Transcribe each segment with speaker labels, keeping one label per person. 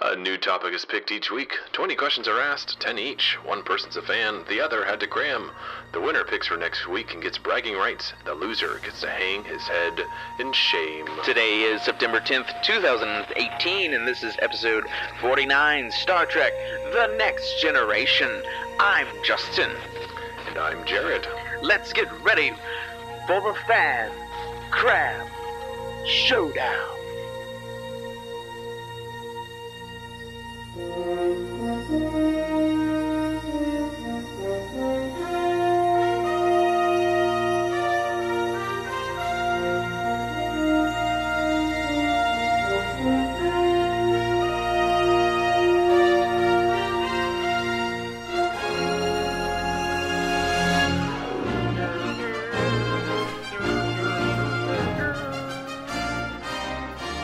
Speaker 1: A new topic is picked each week. 20 questions are asked, 10 each. One person's a fan, the other had to cram. The winner picks for next week and gets bragging rights. The loser gets to hang his head in shame.
Speaker 2: Today is September 10th, 2018, and this is episode 49 Star Trek The Next Generation. I'm Justin.
Speaker 1: And I'm Jared.
Speaker 2: Let's get ready for the fan crab showdown.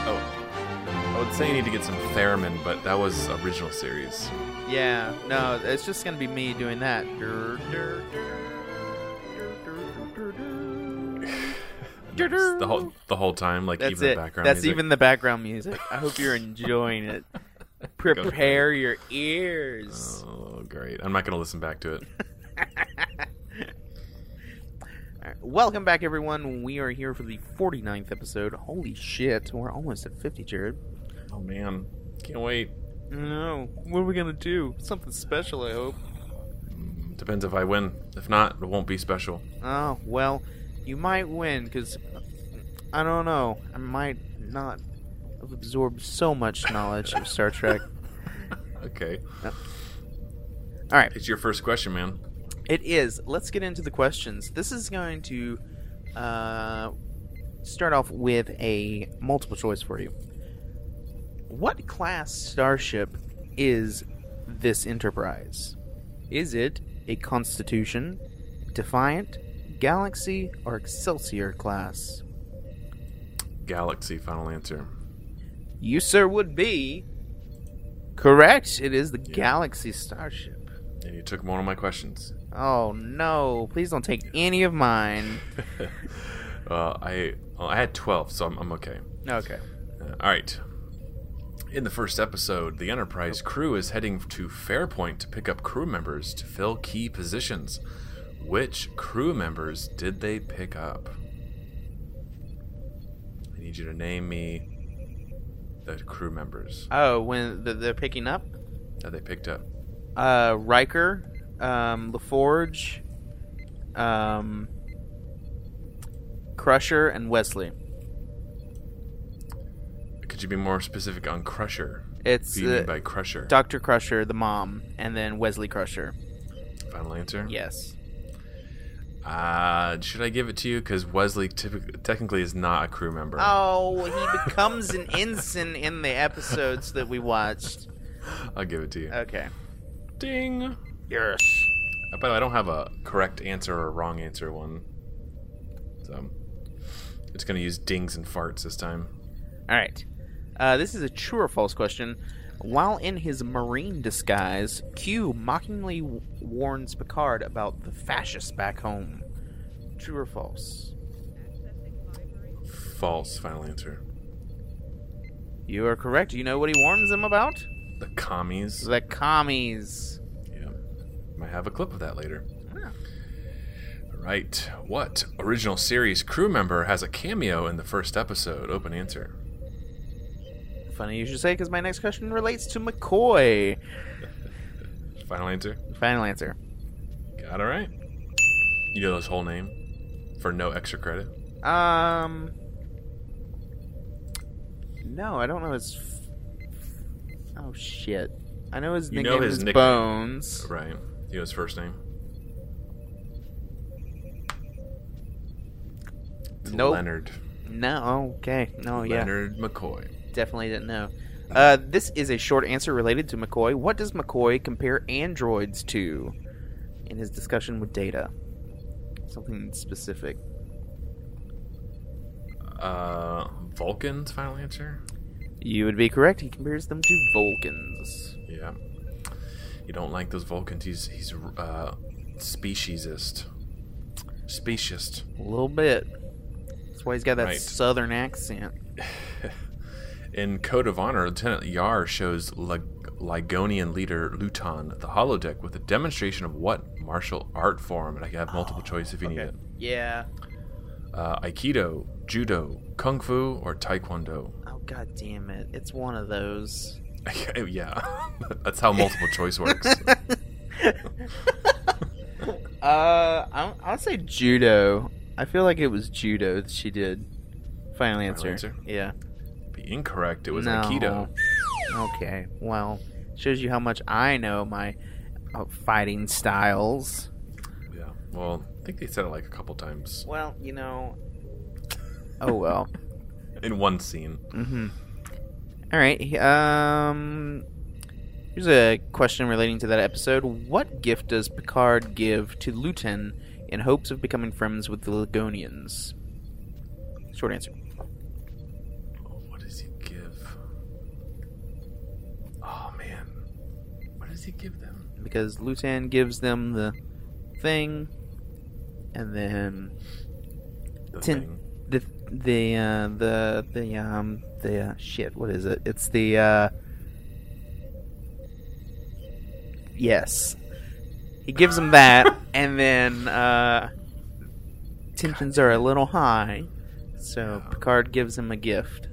Speaker 3: Oh. I would say you need to get some theremin, but that was original series.
Speaker 4: Yeah, no, it's just gonna be me doing that. Dur, dur, dur, dur, dur, dur, dur. Dur,
Speaker 3: The whole the whole time, like
Speaker 4: That's
Speaker 3: even
Speaker 4: it.
Speaker 3: the background.
Speaker 4: That's
Speaker 3: music.
Speaker 4: even the background music. I hope you're enjoying it. Prepare your ears.
Speaker 3: Oh, great! I'm not gonna listen back to it.
Speaker 4: Alright, Welcome back, everyone. We are here for the 49th episode. Holy shit, we're almost at 50, Jared.
Speaker 3: Oh man, can't wait.
Speaker 4: No, what are we gonna do? Something special, I hope.
Speaker 3: Depends if I win. If not, it won't be special.
Speaker 4: Oh, well, you might win, because I don't know. I might not have absorbed so much knowledge of Star Trek.
Speaker 3: Okay,
Speaker 4: All right,
Speaker 3: it's your first question, man.
Speaker 4: it is. Let's get into the questions. This is going to uh, start off with a multiple choice for you. What class starship is this Enterprise? Is it a Constitution, Defiant, Galaxy, or Excelsior class?
Speaker 3: Galaxy. Final answer.
Speaker 4: You, sir, would be correct. It is the Galaxy Starship.
Speaker 3: And you took one of my questions.
Speaker 4: Oh no! Please don't take any of mine.
Speaker 3: Uh, I well, I had twelve, so I'm, I'm okay.
Speaker 4: Okay.
Speaker 3: Uh, all right. In the first episode, the Enterprise crew is heading to Fairpoint to pick up crew members to fill key positions. Which crew members did they pick up? I need you to name me the crew members
Speaker 4: Oh, when th- they're picking up,
Speaker 3: that they picked up.
Speaker 4: uh, Riker, um, LaForge, um, Crusher, and Wesley.
Speaker 3: Could you be more specific on Crusher?
Speaker 4: It's
Speaker 3: Who do you mean
Speaker 4: uh,
Speaker 3: by Crusher?
Speaker 4: Doctor Crusher, the mom, and then Wesley Crusher.
Speaker 3: Final answer?
Speaker 4: Yes.
Speaker 3: Uh, should I give it to you? Because Wesley typic- technically is not a crew member.
Speaker 4: Oh, he becomes an ensign in the episodes that we watched.
Speaker 3: I'll give it to you.
Speaker 4: Okay.
Speaker 3: Ding!
Speaker 4: Yes.
Speaker 3: Uh, By the way, I don't have a correct answer or wrong answer one. So it's going to use dings and farts this time.
Speaker 4: All right. Uh, this is a true or false question. While in his marine disguise, Q mockingly w- warns Picard about the fascists back home. True or false?
Speaker 3: False final answer.
Speaker 4: You are correct. You know what he warns them about?
Speaker 3: The commies.
Speaker 4: The commies. Ah.
Speaker 3: Yeah. Might have a clip of that later. Right. What original series crew member has a cameo in the first episode? Open answer.
Speaker 4: Funny you should say, because my next question relates to McCoy.
Speaker 3: Final answer.
Speaker 4: Final answer.
Speaker 3: Got it right. You know his whole name for no extra credit.
Speaker 4: Um. No, I don't know his. F- oh shit! I know his
Speaker 3: You
Speaker 4: nickname
Speaker 3: know his
Speaker 4: is
Speaker 3: nickname.
Speaker 4: Bones.
Speaker 3: Right. You know his first name. It's
Speaker 4: Nope.
Speaker 3: Leonard.
Speaker 4: No, okay. No, yeah.
Speaker 3: Leonard McCoy.
Speaker 4: Definitely didn't know. Uh, this is a short answer related to McCoy. What does McCoy compare androids to in his discussion with Data? Something specific.
Speaker 3: Uh, Vulcan's final answer.
Speaker 4: You would be correct. He compares them to Vulcans.
Speaker 3: Yeah. You don't like those Vulcans. He's he's uh, speciesist. Speciest.
Speaker 4: A little bit. That's why he's got that
Speaker 3: Right.
Speaker 4: southern accent.
Speaker 5: In Code of Honor, Lieutenant Yar shows Lig- Ligonian leader Luton the holodeck with a demonstration of what martial art form, and I have multiple choice if you need
Speaker 4: Ah, okay.
Speaker 5: it.
Speaker 4: Yeah.
Speaker 5: Uh, Aikido, Judo, Kung Fu, or Taekwondo.
Speaker 4: Oh god damn it! It's one of those.
Speaker 5: yeah, that's how multiple choice works.
Speaker 4: Uh, I'll, I'll say judo. I feel like it was judo that she did. Final answer.
Speaker 5: answer?
Speaker 4: Yeah.
Speaker 5: Be incorrect. It was
Speaker 4: No.
Speaker 5: Aikido.
Speaker 4: Okay. Well, shows you how much I know my uh, fighting styles.
Speaker 5: Yeah. Well, I think they said it like a couple times
Speaker 4: Well, you know. Oh well.
Speaker 5: in one scene.
Speaker 4: Mm-hmm. All right. Um, here's a question relating to that episode. What gift does Picard give to Luton in hopes of becoming friends with the Ligonians? Short answer.
Speaker 5: Oh, What does he give? Oh man, what does he give them?
Speaker 4: Because Luton gives them the thing, and then
Speaker 5: The
Speaker 4: Tin-
Speaker 5: thing.
Speaker 4: the the uh, the the um the uh, shit. What is it? It's the uh, yes. He gives him that, and then uh, tensions are a little high, so
Speaker 5: Yeah.
Speaker 4: Picard gives him a gift.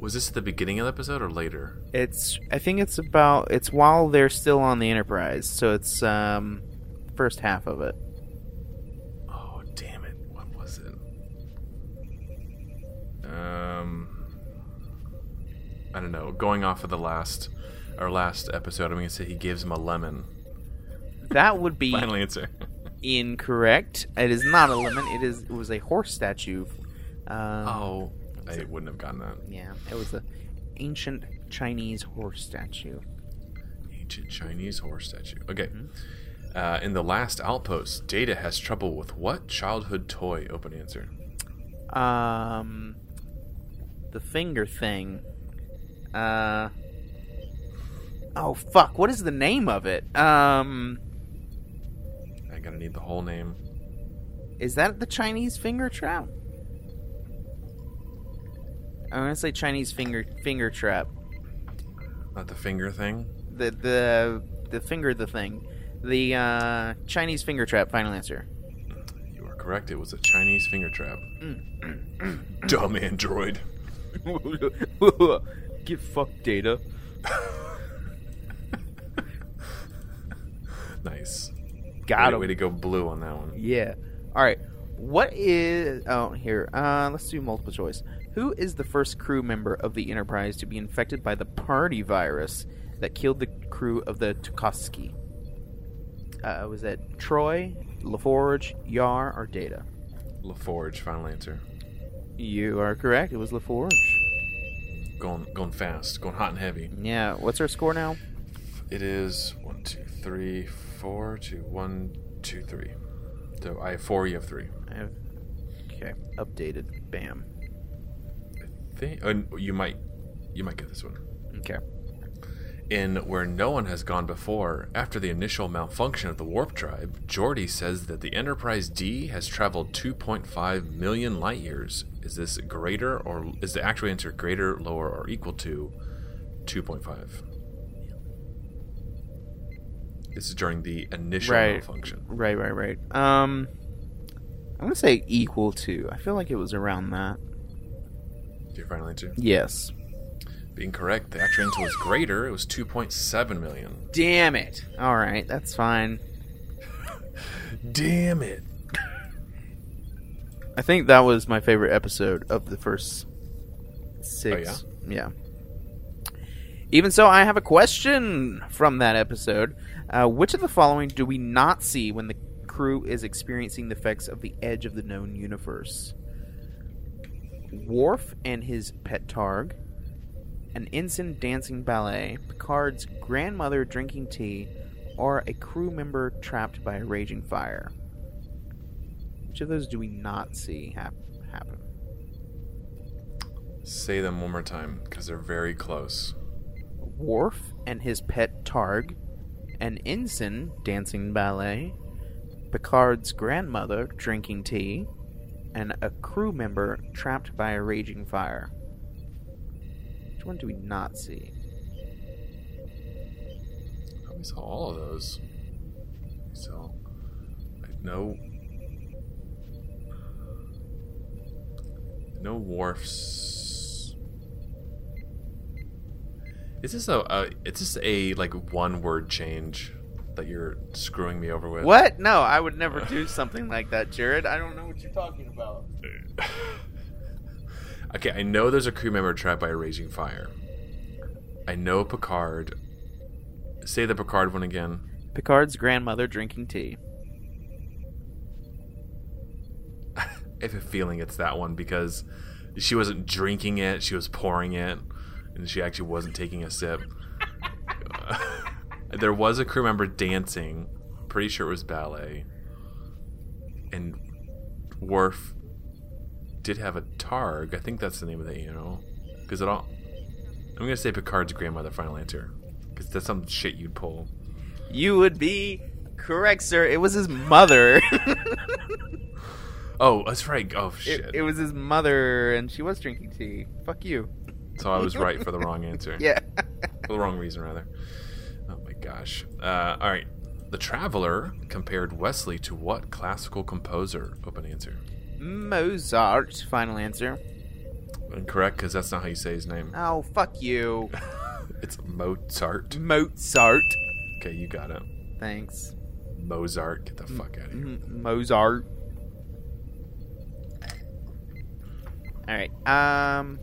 Speaker 5: Was this at the beginning of the episode or later?
Speaker 4: It's I think it's about it's while they're still on the Enterprise, so it's um first half of it.
Speaker 5: Oh damn it! What was it? Um, I don't know. Going off of the last, our last episode, I'm gonna say he gives him a lemon.
Speaker 4: That would be
Speaker 5: Final answer.
Speaker 4: incorrect. It is not a lemon. It is it was a horse statue. Um,
Speaker 5: oh, I wouldn't have gotten that.
Speaker 4: Yeah, it was a ancient Chinese horse statue.
Speaker 5: Ancient Chinese horse statue. Okay. Uh, in the last outpost, Data has trouble with what childhood toy? Open answer.
Speaker 4: Um, the finger thing. Uh, oh fuck! What is the name of it? Um,
Speaker 5: I gotta need the whole name.
Speaker 4: is that the Chinese finger trap? I'm gonna say Chinese finger finger trap.
Speaker 5: Not the finger thing.
Speaker 4: The the the finger the thing. The uh, Chinese finger trap. Final answer.
Speaker 5: You are correct. It was a Chinese finger trap. Dumb android.
Speaker 4: Get fucked, Data.
Speaker 5: Nice.
Speaker 4: Got
Speaker 5: way,
Speaker 4: him.
Speaker 5: way to go blue on that one.
Speaker 4: Yeah. All right. What is oh here? Uh, let's do multiple choice. Who is the first crew member of the Enterprise to be infected by the party virus that killed the crew of the Tukoski? Uh, was that Troy, LaForge, Yar, or Data?
Speaker 5: LaForge, final answer.
Speaker 4: You are correct. It was LaForge.
Speaker 5: Going going fast, going hot and heavy.
Speaker 4: Yeah. What's our score now?
Speaker 5: It is one, two, three, four, two, one, two, three. So I have four, you have three.
Speaker 4: I have okay updated. Bam.
Speaker 5: Think, and
Speaker 3: uh,
Speaker 5: you might you might get this one.
Speaker 4: Okay.
Speaker 5: In Where No One Has Gone Before, after the initial malfunction of the Warp Tribe, Geordi says that the Enterprise D has traveled 2.5 million light years. Is this greater or is the actual answer greater, lower, or equal to 2.5? This is during the initial
Speaker 4: Right.
Speaker 5: malfunction.
Speaker 4: Right. Right. Right. Um. I'm gonna say equal to. I feel like it was around that.
Speaker 5: Your final answer?
Speaker 4: Yes.
Speaker 5: Being correct, the actual answer was greater. It was 2.7 million.
Speaker 4: Damn it. All right, that's fine.
Speaker 5: Damn it.
Speaker 4: I think that was my favorite episode of the first six. yeah? Even so, I have a question from that episode. Uh, which of the following do we not see when the crew is experiencing the effects of the edge of the known universe? Worf and his pet Targ, an ensign dancing ballet, Picard's grandmother drinking tea, or a crew member trapped by a raging fire. Which of those do we not see hap- happen?
Speaker 5: Say them one more time because they're very close.
Speaker 4: Worf and his pet Targ, an ensign dancing ballet, Picard's grandmother drinking tea, and a crew member trapped by a raging fire. Which one do we not see?
Speaker 5: Probably saw all of those. So, I know. No wharfs. Is this a? Uh, is this a like one-word change that you're screwing me over with?
Speaker 4: What? No, I would never do something like that, Jared. I don't know what you're talking about.
Speaker 5: Okay, I know there's a crew member trapped by a raging fire. I know Picard. Say the Picard one again.
Speaker 4: Picard's grandmother drinking tea.
Speaker 5: I have a feeling it's that one because she wasn't drinking it, she was pouring it, and she actually wasn't taking a sip. there was a crew member dancing. Pretty sure it was ballet. And Worf did have a targ. I think that's the name of the you know, because it all. I'm gonna say Picard's grandmother. Final answer, because that's some shit you'd pull.
Speaker 4: You would be correct, sir. It was his mother.
Speaker 5: Oh, that's right. Oh shit.
Speaker 4: it, it was his mother, and she was drinking tea. Fuck you.
Speaker 5: so I was right for the wrong answer.
Speaker 4: Yeah.
Speaker 5: for the wrong reason rather. Oh my gosh. Uh, all right. The Traveler compared Wesley to what classical composer? Open answer.
Speaker 4: Mozart. Final answer.
Speaker 5: Incorrect, because that's not how you say his name.
Speaker 4: Oh, fuck you.
Speaker 5: It's Mozart.
Speaker 4: Mozart.
Speaker 5: Okay, you got it.
Speaker 4: Thanks.
Speaker 5: Mozart. Get the fuck out of here.
Speaker 4: M- Mozart. All right. Um,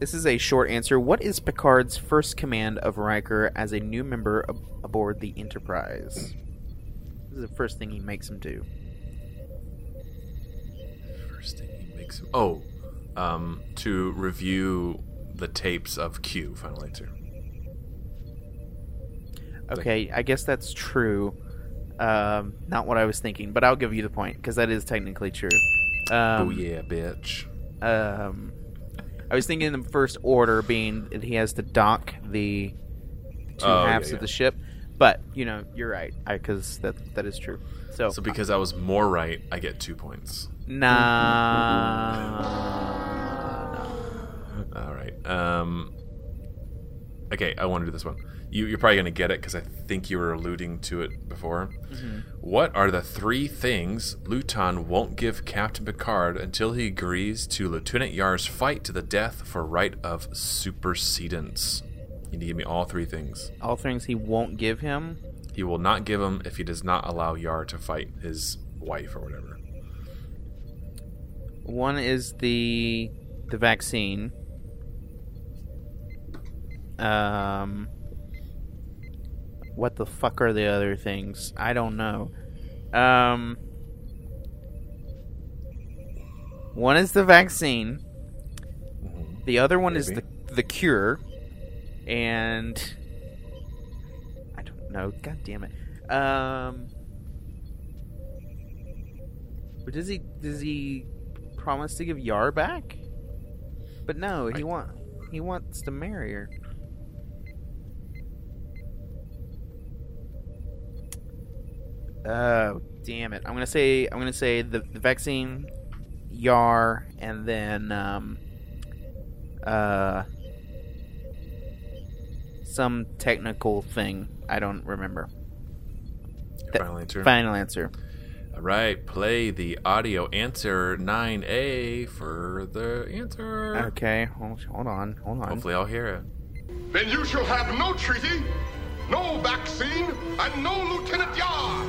Speaker 4: this is a short answer. What is Picard's first command of Riker as a new member ab- aboard the Enterprise? This is the first thing he makes him do.
Speaker 5: First thing he makes him. Oh, um, to review the tapes of Q. Final answer.
Speaker 4: Okay, I guess that's true. Um, not what I was thinking, but I'll give you the point because that is technically true. Um,
Speaker 5: oh yeah, bitch.
Speaker 4: Um, I was thinking in the first order being that he has to dock the two
Speaker 5: Oh, yeah,
Speaker 4: halves
Speaker 5: yeah.
Speaker 4: of the ship, but you know you're right because that that is true. So,
Speaker 5: So because I was more right, I get two points.
Speaker 4: nah, no.
Speaker 5: All right. Um, okay, I want to do this one. You, you're probably going to get it because I think you were alluding to it before. What are the three things Luton won't give Captain Picard until he agrees to Lieutenant Yar's fight to the death for right of supersedence? You need to give me all three things.
Speaker 4: all things he won't give him.
Speaker 5: He will not give him if he does not allow Yar to fight his wife or whatever.
Speaker 4: One is the the vaccine. Um, what the fuck are the other things? I don't know. Um, one is the vaccine.
Speaker 5: Mm-hmm.
Speaker 4: The other one is the
Speaker 5: Maybe.
Speaker 4: the cure, and I don't know. God damn it. Um, but does he does he promise to give Yar back? But no, he
Speaker 5: I-
Speaker 4: want he wants to marry her. Oh damn it! I'm gonna say I'm gonna say the, the vaccine, Yar, and then um, uh, some technical thing. I don't remember.
Speaker 5: Your
Speaker 4: Th-
Speaker 5: final answer.
Speaker 4: Final answer.
Speaker 5: All right, play the audio answer 9A for the answer.
Speaker 4: Okay, hold, hold on, hold on.
Speaker 5: Hopefully, I'll hear it.
Speaker 6: Then you shall have no treaty, no vaccine, and no Lieutenant Yar.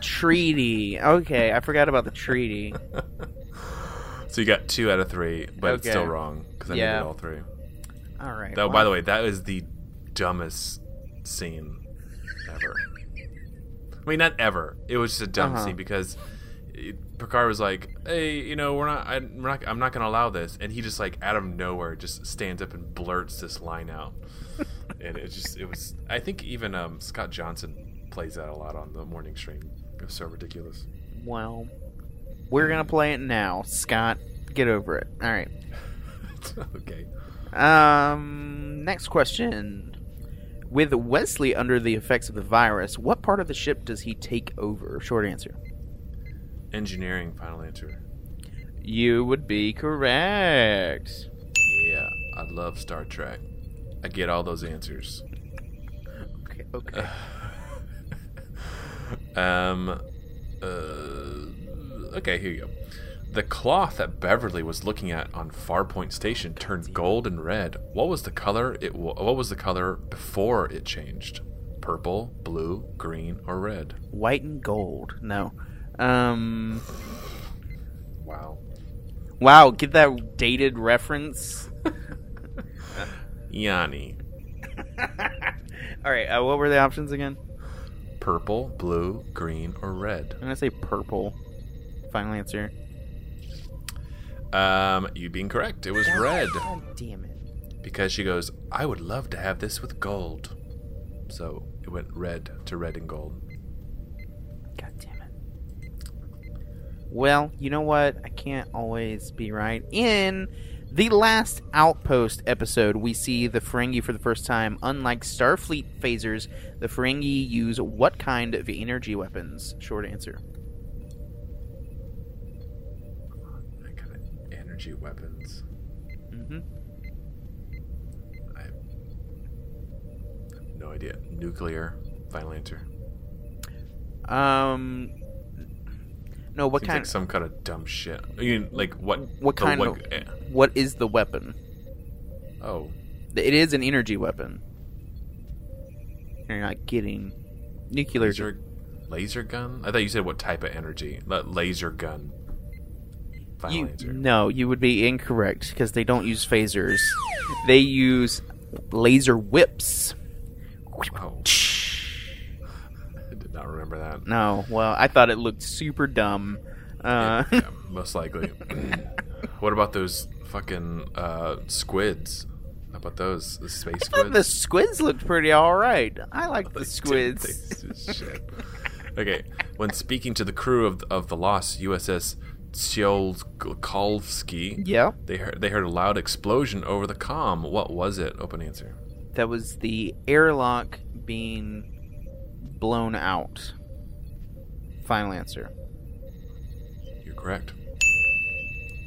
Speaker 4: Treaty. Okay, I forgot about the treaty.
Speaker 5: So you got two out of three, but it's
Speaker 4: Okay.
Speaker 5: still wrong because I
Speaker 4: Yeah.
Speaker 5: needed all three.
Speaker 4: All right.
Speaker 5: Though, by the way, that is the dumbest scene ever. I mean, not ever. It was just a dumb
Speaker 4: Uh-huh.
Speaker 5: scene because it, Picard was like, "Hey, you know, we're not. I, we're not. I'm not going to allow this." And he just like out of nowhere just stands up and blurts this line out. and it just it was. I think even um, Scott Johnson plays that a lot on the morning stream. It was so ridiculous.
Speaker 4: well, we're gonna play it now, Scott. Get over it. All right.
Speaker 5: okay.
Speaker 4: Um. Next question. With Wesley under the effects of the virus, what part of the ship does he take over? Short answer.
Speaker 5: Engineering. Final answer.
Speaker 4: You would be correct.
Speaker 5: Yeah, I love Star Trek. I get all those answers.
Speaker 4: Okay, okay.
Speaker 5: Um, uh, okay, here you go. The cloth that Beverly was looking at on Farpoint Station turned gold and red. What was the color? It wa- what was the color before it changed? Purple, blue, green, or red?
Speaker 4: White and gold. No. Um.
Speaker 5: Wow.
Speaker 4: Wow. Get that dated reference.
Speaker 5: Yanni.
Speaker 4: All right. Uh, what were the options again?
Speaker 5: Purple, blue, green, or red?
Speaker 4: I'm gonna say purple. Final answer.
Speaker 5: Um, you being correct. It was red
Speaker 4: Oh damn it.
Speaker 5: because she goes, "I would love to have this with gold." So it went red to red and gold.
Speaker 4: God damn it. Well, you know what? I can't always be right. In the last Outpost episode, we see the Ferengi for the first time. Unlike Starfleet phasers, the Ferengi use what kind of energy weapons? Short answer.
Speaker 5: That kind of energy weapons.
Speaker 4: Mm-hmm.
Speaker 5: I have no idea. Nuclear. Final answer.
Speaker 4: Um, no, what
Speaker 5: Seems
Speaker 4: kind?
Speaker 5: like some kind of dumb shit. You mean, like what?
Speaker 4: what
Speaker 5: the
Speaker 4: kind
Speaker 5: what-
Speaker 4: of?
Speaker 5: eh,
Speaker 4: What is the weapon?
Speaker 5: Oh,
Speaker 4: It is an energy weapon. You're not getting nuclear.
Speaker 5: laser, laser gun. I thought you said what type of energy? La- Laser gun. Final
Speaker 4: You-
Speaker 5: answer.
Speaker 4: no, you would be incorrect because they don't use phasers. They use laser whips.
Speaker 5: Wow. Oh, I did not remember that.
Speaker 4: No, well, I thought it looked super dumb. Uh,
Speaker 5: Yeah, most likely. what about those fucking uh, squids? How about those? The space squids?
Speaker 4: the squids looked pretty all right. I like the squids.
Speaker 5: Squids. Shit. Okay. When speaking to the crew of of the lost USS Tsiolkovsky,
Speaker 4: Yeah,
Speaker 5: they heard they heard a loud explosion over the comm. What was it? Open answer.
Speaker 4: that was the airlock being blown out. Final answer.
Speaker 5: You're correct.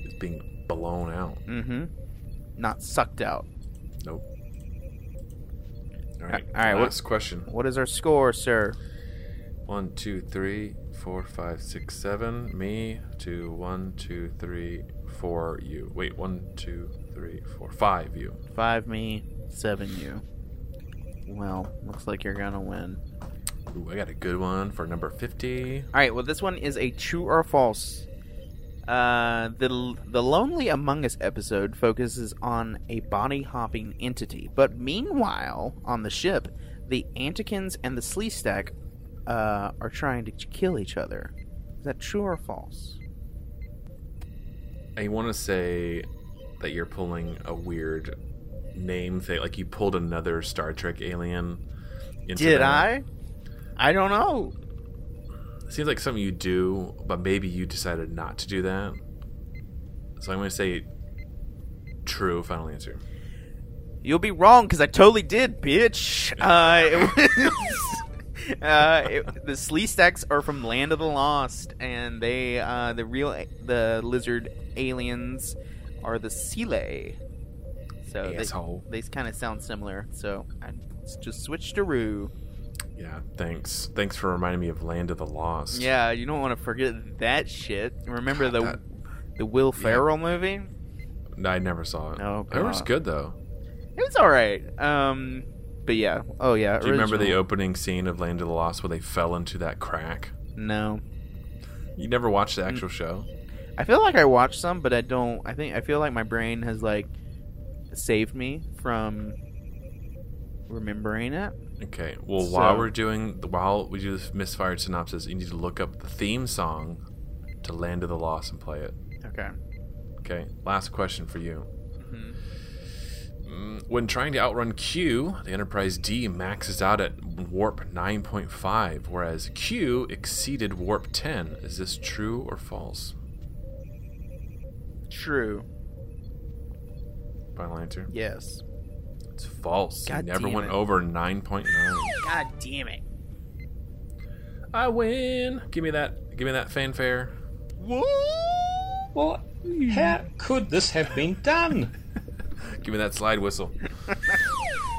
Speaker 5: It's being blown out.
Speaker 4: Mm-hmm. Not sucked out.
Speaker 5: Nope. All right.
Speaker 4: all right, what-
Speaker 5: Last question.
Speaker 4: What is our score, sir?
Speaker 5: One, two, three, four, five, six, seven. Me to one, two, three, four. You. Wait. One, two, three, four, five. You.
Speaker 4: Five me, seven you. Well, looks like you're gonna win.
Speaker 5: Ooh, I got a good one for number fifty.
Speaker 4: All right. Well, this one is a true or false. Uh, the the Lonely Among Us episode focuses on a body hopping entity, but meanwhile, on the ship, the Antikins and the Sleestack uh, are trying to ch- kill each other. Is that true or false?
Speaker 5: I want to say that you're pulling a weird name thing. Like you pulled another Star Trek alien. Into
Speaker 4: Did
Speaker 5: that.
Speaker 4: I? I don't know.
Speaker 5: Seems like something you do, but maybe you decided not to do that. So I'm going to say true. Final answer.
Speaker 4: You'll be wrong because I totally did, bitch. Uh, it was. Uh, it, the Sleestacks are from Land of the Lost, and they, uh, the real, a- the lizard aliens, are the Sile. So
Speaker 5: Asshole.
Speaker 4: they, they kind of sound similar. So I just switched to Rue.
Speaker 5: Yeah. Thanks. Thanks for reminding me of Land of the Lost.
Speaker 4: Yeah, you don't want to forget that shit. Remember the
Speaker 5: that-
Speaker 4: the Will Ferrell movie?
Speaker 5: No, I never saw it.
Speaker 4: Oh,
Speaker 5: it was
Speaker 4: God.
Speaker 5: good though.
Speaker 4: It was all right. Um, but yeah. Oh yeah.
Speaker 5: Do you remember the
Speaker 4: original.
Speaker 5: opening scene of Land of the Lost where they fell into that crack?
Speaker 4: No.
Speaker 5: You never watched the actual show?
Speaker 4: I feel like I watched some, but I don't. I think I feel like my brain has like saved me from remembering it.
Speaker 5: Okay. Well, while
Speaker 4: So-
Speaker 5: we're doing while we do this misfired synopsis, you need to look up the theme song to Land of the Lost and play it.
Speaker 4: Okay.
Speaker 5: Okay. Last question for you.
Speaker 4: Mm-hmm.
Speaker 5: Mm, When trying to outrun Q, the Enterprise D maxes out at warp 9.5, whereas Q exceeded warp 10. Is this true or false?
Speaker 4: True.
Speaker 5: Final answer.
Speaker 4: Yes.
Speaker 5: It's false.
Speaker 4: God
Speaker 5: you never
Speaker 4: damn
Speaker 5: went
Speaker 4: it.
Speaker 5: over 9.9.
Speaker 4: God damn it.
Speaker 5: I win. Give me that. Give me that fanfare.
Speaker 2: Well,
Speaker 7: How could this have been done?
Speaker 5: Give me that slide whistle. All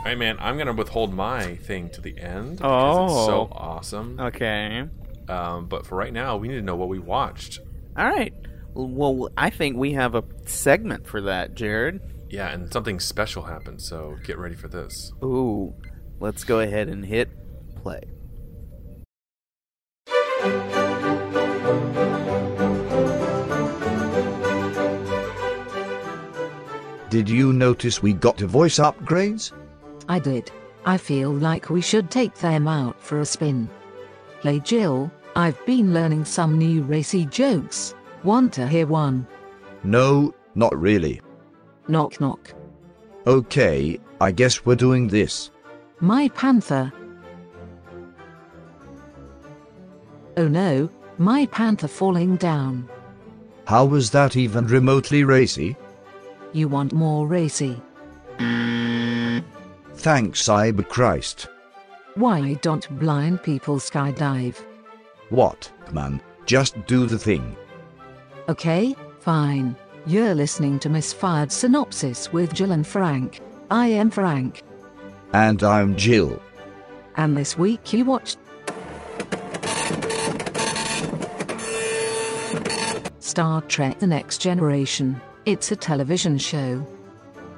Speaker 5: right, man. I'm gonna withhold my thing to the end. because it's so
Speaker 4: Oh.
Speaker 5: awesome.
Speaker 4: Okay.
Speaker 5: Um, but for right now, we need to know what we watched.
Speaker 4: All right. Well, I think we have a segment for that, Jared.
Speaker 5: Yeah, and something special happened, so get ready for this.
Speaker 4: Ooh, let's go ahead and hit play.
Speaker 8: Did you notice we got to voice upgrades?
Speaker 9: I did. I feel like we should take them out for a spin. Hey Jill, I've been learning some new racy jokes. Want to hear one?
Speaker 8: No, not really.
Speaker 9: Knock knock.
Speaker 8: Okay, I guess we're doing this.
Speaker 9: My panther. Oh no, my panther falling down.
Speaker 8: How was that even remotely racy?
Speaker 9: You want more racy?
Speaker 8: Thanks, Cyber Christ.
Speaker 9: Why don't blind people skydive?
Speaker 8: What, man? Just do the thing.
Speaker 9: Okay, fine. You're listening to Misfired Synopsis with Jill and Frank. I am Frank.
Speaker 8: And I'm Jill.
Speaker 9: And this week you watched. Star Trek The Next Generation. It's a television show.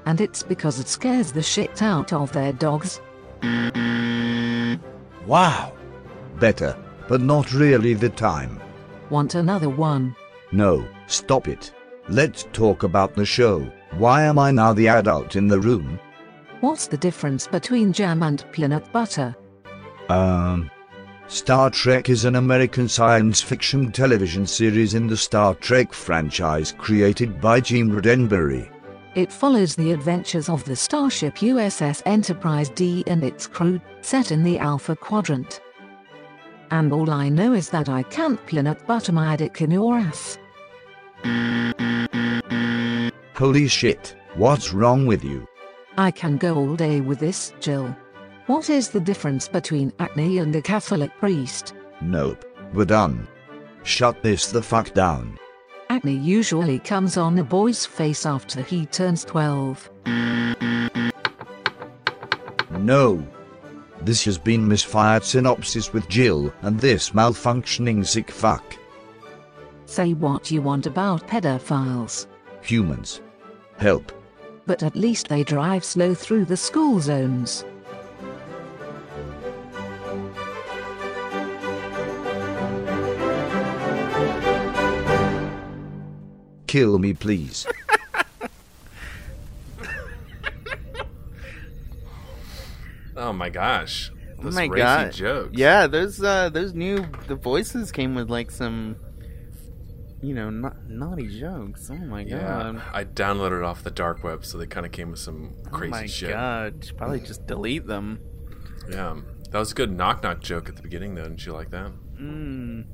Speaker 9: And it's because it scares the shit out of their dogs.
Speaker 8: Wow. Better, but not really the time.
Speaker 9: Want another one?
Speaker 8: No, stop it. Let's talk about the show. Why am I now the adult in the room?
Speaker 9: What's the difference between jam and peanut butter?
Speaker 8: Um. Star Trek is an American science fiction television series in the Star Trek franchise created by Gene Roddenberry.
Speaker 9: It follows the adventures of the starship USS Enterprise D and its crew, set in the Alpha Quadrant. And all I know is that I can't peanut butter my dick in your ass.
Speaker 8: Holy shit, what's wrong with you?
Speaker 9: I can go all day with this, Jill. What is the difference between acne and a Catholic priest?
Speaker 8: Nope, we're done. Shut this the fuck down.
Speaker 9: Acne usually comes on a boy's face after he turns 12.
Speaker 8: No. This has been Misfired Synopsis with Jill and this malfunctioning sick fuck.
Speaker 9: Say what you want about pedophiles,
Speaker 8: Humans. Help.
Speaker 9: but at least they drive slow through the school zones.
Speaker 8: Kill me, please.
Speaker 5: Oh my gosh. Those
Speaker 4: oh my
Speaker 5: racy
Speaker 4: god!
Speaker 5: jokes.
Speaker 4: Yeah, those uh, those new the voices came with like some, you know, na- naughty jokes. Oh my
Speaker 5: Yeah.
Speaker 4: god!
Speaker 5: I downloaded it off the dark web, so they kind of came with some crazy
Speaker 4: oh my
Speaker 5: shit.
Speaker 4: god! Should probably just delete them.
Speaker 5: Yeah. That was a good knock knock joke at the beginning, though. Didn't you like that?
Speaker 4: Mm.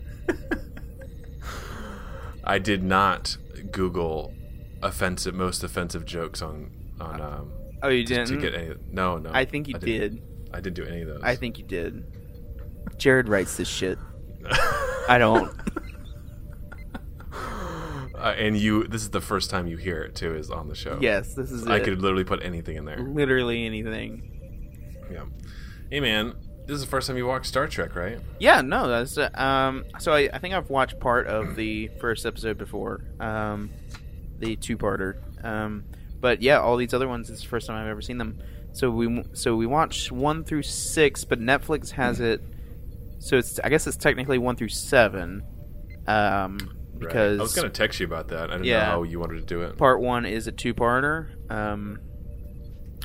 Speaker 5: I did not Google offensive, most offensive jokes on on um,
Speaker 4: Oh, you
Speaker 5: to-
Speaker 4: didn't.
Speaker 5: to get any. No, no.
Speaker 4: I think you
Speaker 5: didn't-
Speaker 4: did.
Speaker 5: I didn't do any of those.
Speaker 4: I think you did. Jared writes this shit. I don't.
Speaker 5: Oh. Uh, and you. This is the first time you hear it too. Is on the show.
Speaker 4: Yes, this is
Speaker 5: I
Speaker 4: it.
Speaker 5: could literally put anything in there.
Speaker 4: literally anything.
Speaker 5: Yeah. Hey man, this is the first time you watched Star Trek, right?
Speaker 4: Yeah, no, that's uh, um. So I, I think I've watched part of the first episode before, um, the two-parter. Um, but yeah, all these other ones, it's the first time I've ever seen them. So we so we watched one through six, but Netflix has it. So it's I guess it's technically one through seven, um,
Speaker 5: Right.
Speaker 4: because
Speaker 5: I was gonna text you about that. I didn't know
Speaker 4: Yeah.
Speaker 5: how you wanted to do it.
Speaker 4: part one is a two-parter, um,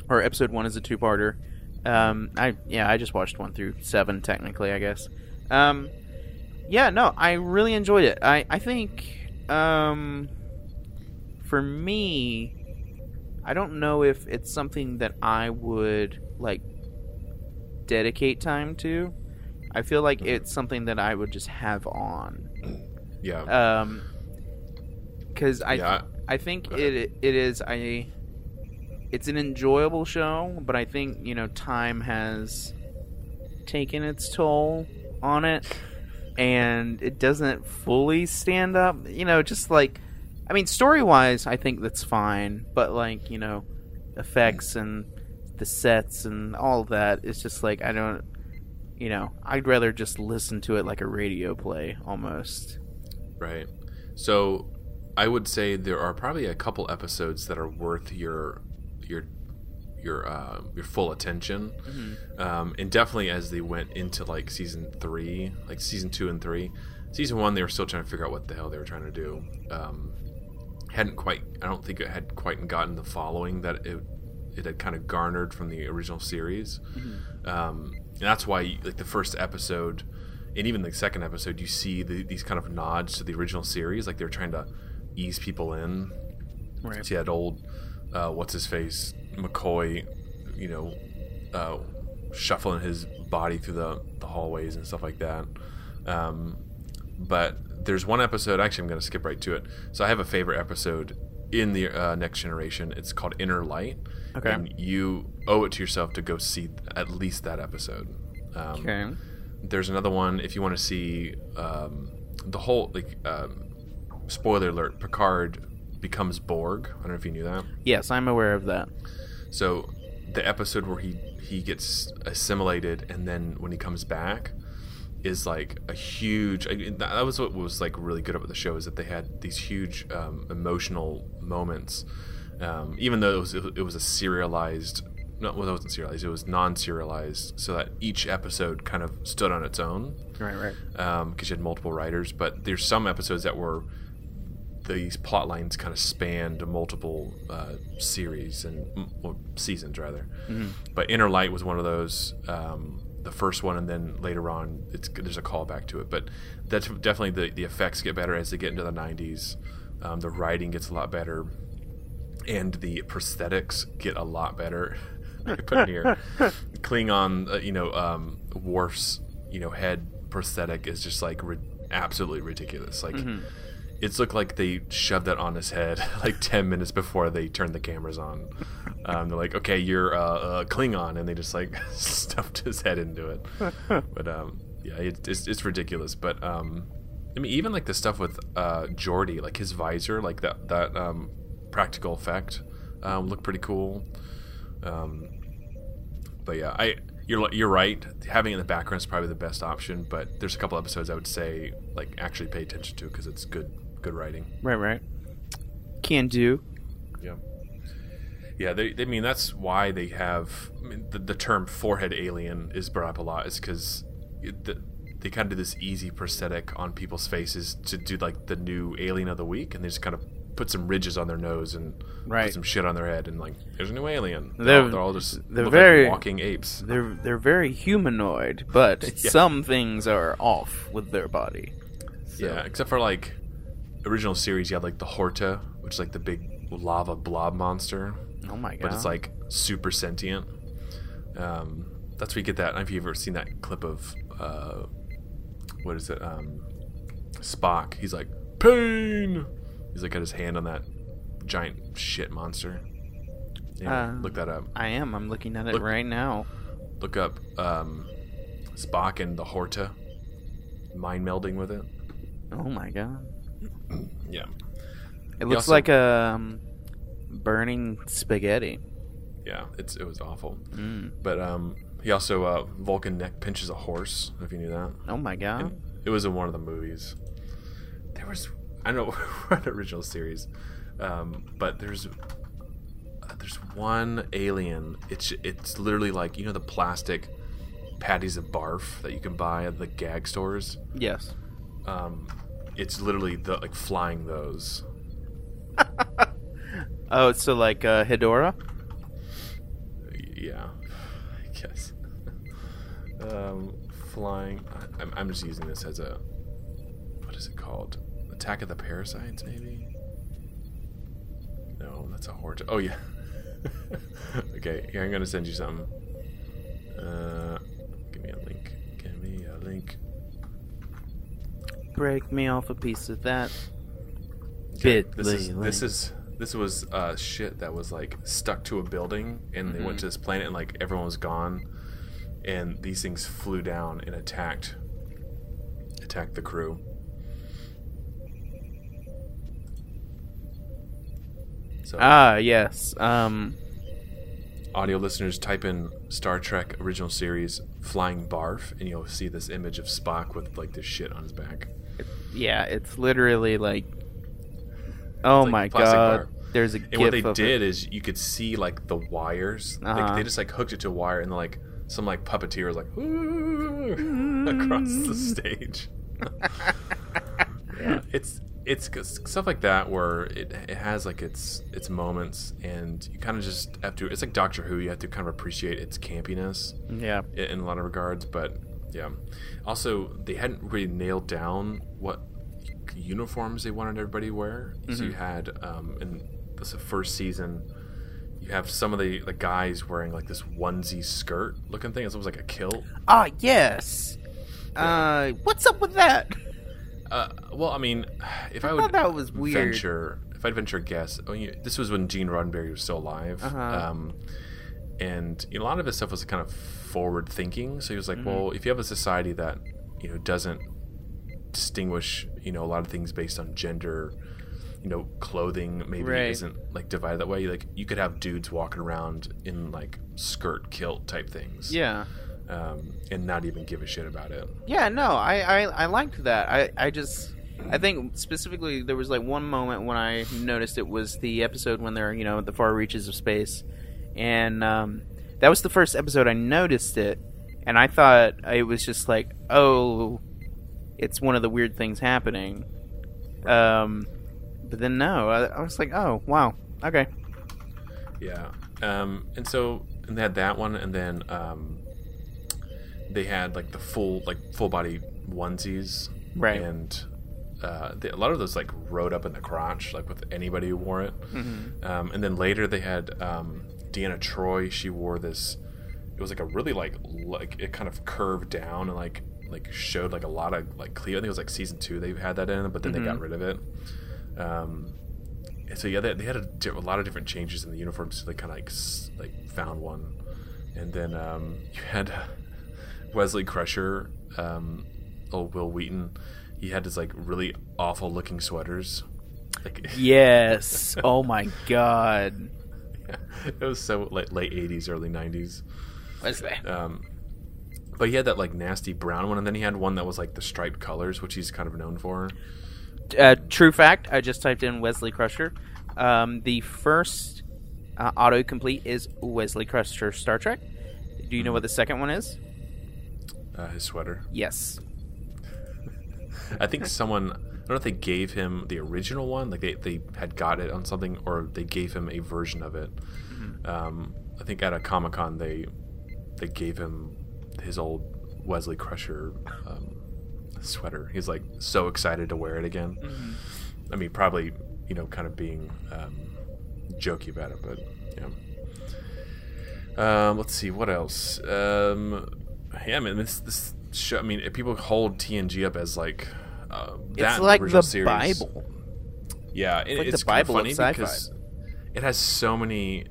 Speaker 4: or episode one is a two-parter. Um, I yeah, I just watched one through seven technically, I guess. Um, yeah, no, I really enjoyed it. I I think um, for me, I don't know if it's something that I would like dedicate time to. I feel like it's something that I would just have on
Speaker 5: yeah.
Speaker 4: um because i
Speaker 5: Yeah,
Speaker 4: i think
Speaker 5: go ahead.
Speaker 4: it it is i it's an enjoyable show but i think you know time has taken its toll on it and it doesn't fully stand up. You know, just like, I mean, story wise, I think that's fine, but like, you know, effects and the sets and all of that, it's just like, I don't, you know, I'd rather just listen to it like a radio play almost.
Speaker 5: Right. So I would say there are probably a couple episodes that are worth your your your uh, your full attention. Um, and definitely as they went into like season three, like season two and three, season one they were still trying to figure out what the hell they were trying to do. Um, hadn't quite. I don't think it had quite gotten the following that it it had kind of garnered from the original series. Um, and that's why like the first episode and even the second episode you see the, these kind of nods to the original series like they're trying to ease people in
Speaker 4: Right.
Speaker 5: so you had old uh, what's his face mccoy you know uh, shuffling his body through the, the hallways and stuff like that um, but there's one episode actually i'm going to skip right to it so i have a favorite episode in the uh, next generation it's called inner light
Speaker 4: Okay.
Speaker 5: and you owe it to yourself to go see at least that episode um,
Speaker 4: Okay.
Speaker 5: there's another one if you want to see um, the whole like um, spoiler alert picard becomes borg i don't know if you knew that
Speaker 4: Yes, I'm aware of that.
Speaker 5: so the episode where he he gets assimilated and then when he comes back is like a huge I mean, that that was what was like really good about the show is that they had these huge um, emotional moments um, even though it was it was a serialized no well, it wasn't serialized it was non-serialized so that each episode kind of stood on its own
Speaker 4: Right, right.
Speaker 5: because um, you had multiple writers. But there's some episodes that were these plot lines kind of spanned multiple uh, series and m- or seasons rather. But Inner Light was one of those, um, the first one, and then later on, it's there's a callback to it. But that's definitely the the effects get better as they get into the 90s. Um, the writing gets a lot better, and the prosthetics get a lot better. I put in here Klingon, uh, you know, um, Worf's, you know, head prosthetic is just like ri- absolutely ridiculous. Like, it's looked like they shoved that on his head like ten minutes before they turned the cameras on. Um, they're like, okay, you're uh, uh, Klingon, and they just like stuffed his head into it. but um, yeah, it, it's it's ridiculous. But um, I mean, even like the stuff with uh, Jordy, like his visor, like that that um, practical effect um, looked pretty cool. Um, but yeah, I you're li- you're right. Having it in the background is probably the best option. But there's a couple episodes I would say like actually pay attention to because it's good good writing.
Speaker 4: Right, right. Can do.
Speaker 5: Yeah. Yeah, they, they I mean that's why they have I mean, the, the term forehead alien is brought up a lot is because the, they kind of do this easy prosthetic on people's faces to do like the new alien of the week, and they just kind of put some ridges on their nose and
Speaker 4: Right.
Speaker 5: put some shit on their head, and like there's a new alien. They're,
Speaker 4: They're-
Speaker 5: all, they're all just
Speaker 4: they're
Speaker 5: look
Speaker 4: very-
Speaker 5: like walking apes.
Speaker 4: They're they're very humanoid, but
Speaker 5: Yeah.
Speaker 4: some things are off with their body.
Speaker 5: Yeah, except for like original series, you had like the Horta, which is like the big lava blob monster,
Speaker 4: Oh my god!
Speaker 5: but it's like super sentient. Um, that's where you get that. I don't know if you've ever seen that clip of uh, what is it? Um, Spock. He's like pain. He's like got his hand on that giant shit monster. Yeah,
Speaker 4: Uh,
Speaker 5: look that up.
Speaker 4: I am. I'm looking at it
Speaker 5: Look-
Speaker 4: right now.
Speaker 5: Look up um, Spock and the Horta. Mind melding with it.
Speaker 4: Oh my god!
Speaker 5: Yeah.
Speaker 4: It looks
Speaker 5: also-
Speaker 4: like a um, burning spaghetti.
Speaker 5: Yeah, it's it was awful. But um, he also uh, Vulcan neck pinches a horse. If you knew that,
Speaker 4: Oh my god!
Speaker 5: it was in one of the movies. There was I don't know we're on the original series, um, but there's uh, there's one alien. It's it's literally like you know the plastic patties of barf that you can buy at the gag stores.
Speaker 4: Yes.
Speaker 5: Um, it's literally the like flying those.
Speaker 4: Oh, so like uh, Hedora.
Speaker 5: Yeah, I guess. um, flying. I- I'm, I'm just using this as a. What is it called? Attack of the Parasites, maybe? No, that's a horde. Oh, yeah. okay, here, I'm going to send you something. Uh, give me a link. Give me a link.
Speaker 4: Break me off a piece of that.
Speaker 5: Okay,
Speaker 4: Bit
Speaker 5: this is
Speaker 4: link.
Speaker 5: this is this was uh, shit that was like stuck to a building, and they went to this planet, and like everyone was gone, and these things flew down and attacked attack the crew. So,
Speaker 4: Ah, yes. Um,
Speaker 5: audio listeners, type in Star Trek original series flying barf, and you'll see this image of Spock with like this shit on his back.
Speaker 4: yeah, it's literally like, oh
Speaker 5: like
Speaker 4: my
Speaker 5: plastic
Speaker 4: god,
Speaker 5: bar.
Speaker 4: there's a
Speaker 5: And
Speaker 4: gif
Speaker 5: what they
Speaker 4: of
Speaker 5: did is you could see like the wires. Like
Speaker 4: Uh-huh.
Speaker 5: they just like hooked it to a wire, and like some like puppeteer was like "Ooh," across
Speaker 4: Mm.
Speaker 5: the stage. yeah, it's it's g- stuff like that where it, it has like its its moments, and you kind of just have to. It's like Doctor Who. You have to kind of appreciate its campiness
Speaker 4: it. Yeah,
Speaker 5: i- in a lot of regards, but yeah. Also, they hadn't really nailed down what uniforms they wanted everybody to wear. So you had um, in this first season, you have some of the, the guys wearing like this onesie skirt looking thing. It's almost like a kilt.
Speaker 4: Ah, yes. Uh, what's up with that?
Speaker 5: Uh, well, I mean, if I,
Speaker 4: I
Speaker 5: would
Speaker 4: thought that was weird.
Speaker 5: venture, if I'd venture a guess, I mean, this was when Gene Roddenberry was still alive,
Speaker 4: Uh-huh.
Speaker 5: um, and you know, a lot of his stuff was kind of forward thinking. So he was
Speaker 4: Mm-hmm.
Speaker 5: like, well, if you have a society that you know doesn't distinguish, you know, a lot of things based on gender. You know, clothing maybe
Speaker 4: Right.
Speaker 5: isn't like divided that way. Like you could have dudes walking around in like skirt kilt type things,
Speaker 4: Yeah.
Speaker 5: um, and not even give a shit about it.
Speaker 4: Yeah, no, I, I, I liked that. I, I just I think specifically there was like one moment when I noticed it was the episode when they're, you know, at the far reaches of space. And um, that was the first episode I noticed it and I thought it was just like, oh it's one of the weird things happening. Um but then no, I, I was like, oh wow. Okay.
Speaker 5: Yeah. Um, and so and they had that one, and then um, they had like the full like full body onesies,
Speaker 4: Right.
Speaker 5: And uh, they, a lot of those like rode up in the crotch, like with anybody who wore it. Um, and then later they had um, Deanna Troy. She wore this. It was like a really like like it kind of curved down and like like showed like a lot of like Cleo. I think it was like season two they had that in, but then they got rid of it. Um, and so yeah, they, they had a, di- a lot of different changes in the uniforms. So they kind of like s- like found one, and then um, you had Wesley Crusher, um, old Will Wheaton. He had his like really awful looking sweaters. Like
Speaker 4: Yes. oh my god.
Speaker 5: it was so like late eighties, early nineties.
Speaker 2: What's that?
Speaker 5: Um, but he had that like nasty brown one, and then he had one that was like the striped colors, which he's kind of known for.
Speaker 4: uh, true fact, I just typed in Wesley Crusher. Um, the first uh, autocomplete is Wesley Crusher Star Trek. Do you know what the second one is?
Speaker 5: Uh, his sweater.
Speaker 4: Yes.
Speaker 5: I think someone. I don't know if they gave him the original one, like they, they had got it on something, or they gave him a version of it.
Speaker 4: Mm-hmm.
Speaker 5: Um, I think at a comic con they they gave him his old Wesley Crusher um, sweater. He's like so excited to wear it again. I mean, probably you know, kind of being um, jokey about it, but yeah. Um, let's see what else. Um, yeah, man, this this show. I mean, if people hold TNG up as like uh, that
Speaker 4: It's like
Speaker 5: original
Speaker 4: the
Speaker 5: series-
Speaker 4: Bible.
Speaker 5: Yeah,
Speaker 4: like
Speaker 5: it's,
Speaker 4: the
Speaker 5: it's kinda
Speaker 4: Bible of
Speaker 5: funny
Speaker 4: sci-fi.
Speaker 5: because it has so many.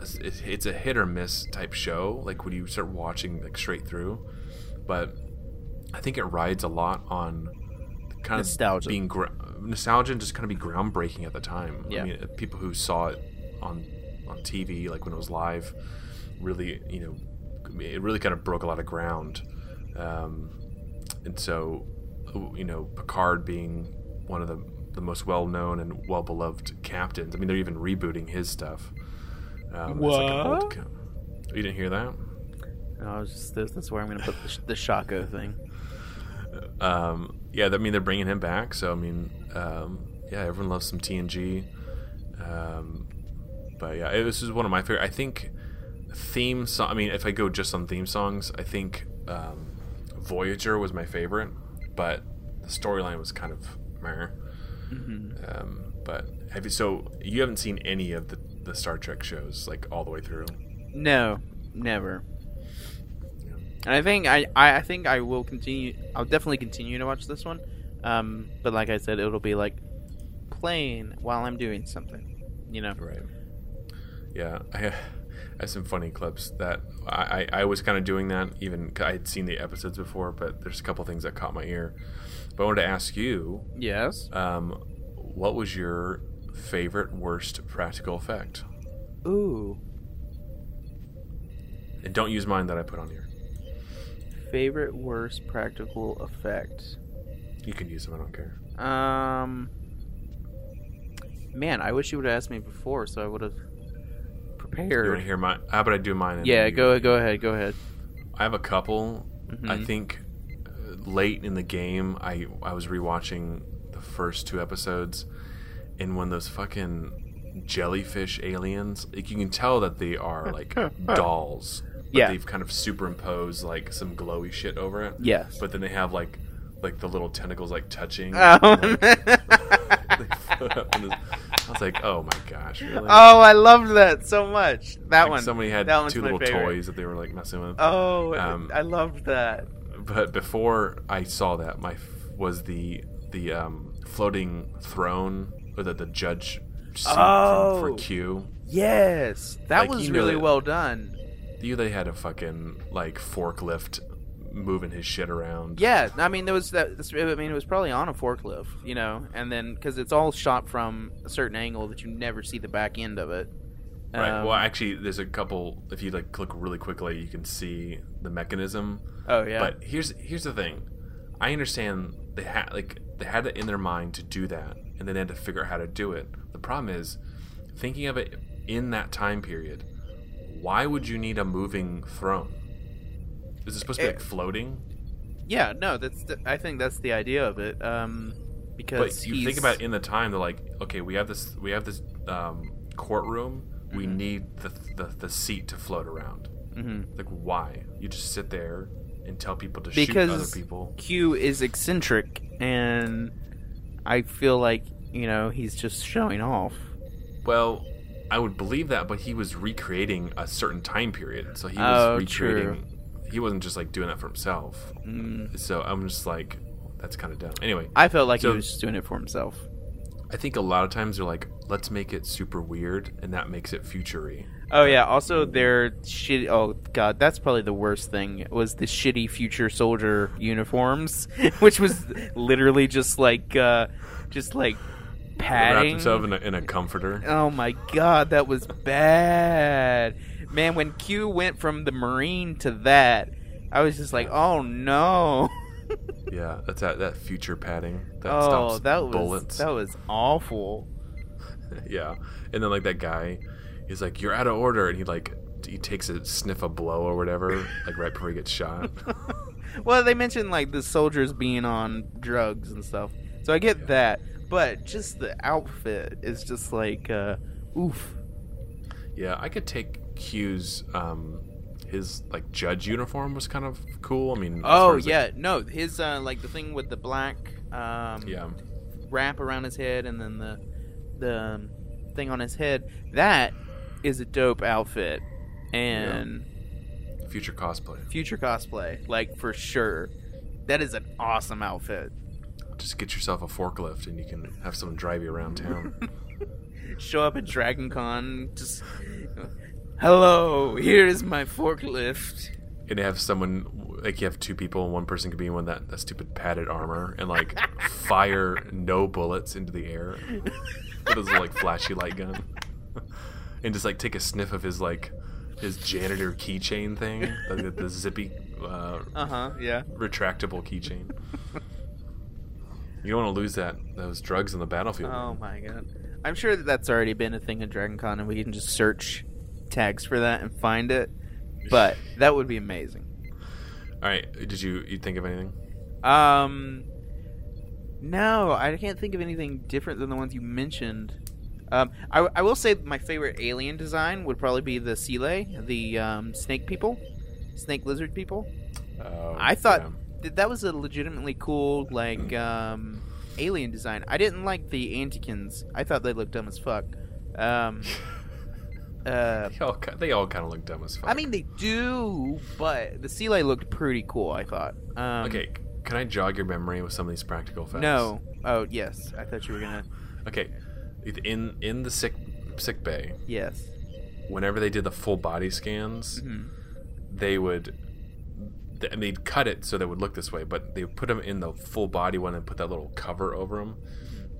Speaker 5: It's it's a hit or miss type show. Like when you start watching like straight through, but I think it rides a lot on kind
Speaker 4: Nostalgia.
Speaker 5: of being gr- nostalgia and just kind of be groundbreaking at the time.
Speaker 4: Yeah.
Speaker 5: I mean, uh, people who saw it on on TV, like when it was live, really, you know, it really kind of broke a lot of ground. Um, and so, you know, Picard being one of the the most well known and well beloved captains. I mean, they're even rebooting his stuff. Um, it's like an old
Speaker 7: What?
Speaker 5: co- you didn't hear that?
Speaker 4: No, Oh, I was just this. That's where I'm going to put the, sh- the Shaco thing.
Speaker 5: um, yeah, I mean they're bringing him back, so I mean, um, yeah, everyone loves some TNG. Um, but yeah, it- this is one of my favorite. I think theme song. I mean, if I go just on theme songs, I think um, Voyager was my favorite, but the storyline was kind of meh. Um, but have you? So you haven't seen any of the the Star Trek shows like all the way through?
Speaker 4: No, never. And I think I, I, I think I will continue. I'll definitely continue to watch this one. Um, but like I said, it'll be like playing while I'm doing something. You know.
Speaker 5: Right. Yeah, I, as some funny clips that I, I, I was kind of doing that even 'cause I had seen the episodes before, but there's a couple things that caught my ear. But I wanted to ask you,
Speaker 4: Yes.
Speaker 5: um, what was your favorite worst practical effect?
Speaker 4: Ooh.
Speaker 5: And don't use mine that I put on here.
Speaker 4: Favorite worst practical effect.
Speaker 5: You can use them. I don't care.
Speaker 4: Um. Man, I wish you would have asked me before, so I would have
Speaker 5: You want
Speaker 4: prepared.
Speaker 5: to hear mine? How about I do mine? and then
Speaker 4: Yeah,
Speaker 5: you-
Speaker 4: go go ahead, go ahead.
Speaker 5: I have a couple. I
Speaker 4: Mhm.
Speaker 5: think uh, late in the game, I I was rewatching the first two episodes, and when those fucking jellyfish aliens, like you can tell that they are like dolls. but
Speaker 4: Yeah.
Speaker 5: they've kind of superimposed like some glowy shit over it.
Speaker 4: Yes.
Speaker 5: but then they have like like the little tentacles like touching.
Speaker 4: Oh,
Speaker 5: and, like, they float up in this- I was like, oh my gosh, really?
Speaker 4: oh, I loved that so much. That
Speaker 5: Like,
Speaker 4: one.
Speaker 5: Somebody had
Speaker 4: that one's
Speaker 5: two
Speaker 4: my
Speaker 5: little
Speaker 4: favorite.
Speaker 5: toys that they were like messing with.
Speaker 4: Oh,
Speaker 5: Um,
Speaker 4: I loved that.
Speaker 5: but before I saw that, my f- was the the um, floating throne or the the judge seat from- for
Speaker 4: Oh.
Speaker 5: Q.
Speaker 4: Yes, that
Speaker 5: Like,
Speaker 4: was
Speaker 5: you know
Speaker 4: really
Speaker 5: that-
Speaker 4: well done.
Speaker 5: You they had a fucking like forklift moving his shit around.
Speaker 4: Yeah, I mean there was that. this- I mean it was probably on a forklift, you know, and then because it's all shot from a certain angle that you never see the back end of it.
Speaker 5: Right.
Speaker 4: Um,
Speaker 5: well, actually, there's a couple. If you like click really quickly, you can see the mechanism.
Speaker 4: oh yeah,
Speaker 5: But here's here's the thing. I understand they had like they had it in their mind to do that, and then they had to figure out how to do it. The problem is thinking of it in that time period. Why would you need a moving throne? Is it supposed to be
Speaker 4: It-
Speaker 5: like floating?
Speaker 4: yeah, no, that's the, I think that's the idea of it. Um, because
Speaker 5: But you
Speaker 4: he's-
Speaker 5: think about it in the time, they're like, okay, we have this we have this um, courtroom. We
Speaker 4: Mm-hmm.
Speaker 5: need the, the the seat to float around.
Speaker 4: Mhm.
Speaker 5: Like, why? You just sit there and tell people to
Speaker 4: Because-
Speaker 5: shoot other people.
Speaker 4: Q is eccentric, and I feel like you know he's just showing off.
Speaker 5: Well, I would believe that, but he was recreating a certain time period, so he was
Speaker 4: Oh,
Speaker 5: recreating. He wasn't just like doing that for himself. So I'm just like, that's kind of dumb. Anyway,
Speaker 4: Mm. I felt like
Speaker 5: So-
Speaker 4: he was just doing it for himself.
Speaker 5: I think a lot of times they're like, let's make it super weird, and that makes it futury.
Speaker 4: Oh yeah. Also, their shitty. Oh god, that's probably the worst thing was the shitty future soldier uniforms, which was literally just like, uh, just like
Speaker 5: They wrapped
Speaker 4: padding.
Speaker 5: himself in a, in a comforter.
Speaker 4: Oh my god, that was bad, man. When Q went from the marine to that, I was just like, oh no.
Speaker 5: Yeah, that's that that future padding that
Speaker 4: oh,
Speaker 5: stops
Speaker 4: that was
Speaker 5: bullets.
Speaker 4: that was awful.
Speaker 5: yeah, and then like that guy, he's like, "You're out of order," and he like he takes a sniff a blow or whatever, like right before he gets shot.
Speaker 4: Well, they mentioned like the soldiers being on drugs and stuff, so I get that. But just the outfit is just like, uh, oof.
Speaker 5: Yeah, I could take Q's um his like judge uniform was kind of cool. I mean, as
Speaker 4: Oh
Speaker 5: far as, like,
Speaker 4: yeah, no, his uh, like the thing with the black um,
Speaker 5: yeah,
Speaker 4: wrap around his head and then the the um, thing on his head. That is a dope outfit and
Speaker 5: future cosplay.
Speaker 4: future cosplay, like for sure. That is an awesome outfit.
Speaker 5: Just get yourself a forklift and you can have someone drive you around town.
Speaker 4: show up at Dragon Con, just hello, here is my forklift.
Speaker 5: and have someone like you have two people and one person could be in one that that stupid padded armor and like fire no bullets into the air with his like flashy light gun. and just like take a sniff of his like his janitor keychain thing, like the, the zippy uh,
Speaker 4: Uh huh. Yeah.
Speaker 5: retractable keychain. you don't want to lose that those drugs on the battlefield.
Speaker 4: Oh my god. I'm sure that that's already been a thing at Dragon Con, and we can just search tags for that and find it. But that would be amazing.
Speaker 5: All right, did you you think of anything?
Speaker 4: Um, no, I can't think of anything different than the ones you mentioned. Um, I, I will say my favorite alien design would probably be the Sile, the um, snake people, snake lizard people.
Speaker 5: Oh,
Speaker 4: Um, I thought that that was a legitimately cool like um, alien design. I didn't like the Antikins. I thought they looked dumb as fuck. Um, uh,
Speaker 5: they all, ki- they all kind of look dumb as fuck.
Speaker 4: I mean they do, but the Sile looked pretty cool. I thought. Um,
Speaker 5: okay, can I jog your memory with some of these practical facts?
Speaker 4: No. Oh yes, I thought you were gonna.
Speaker 5: Okay, in in the sick sick bay,
Speaker 4: Yes.
Speaker 5: whenever they did the full body scans,
Speaker 4: Mm-hmm.
Speaker 5: they would th- and they'd cut it so they would look this way, but they would put them in the full body one and put that little cover over them,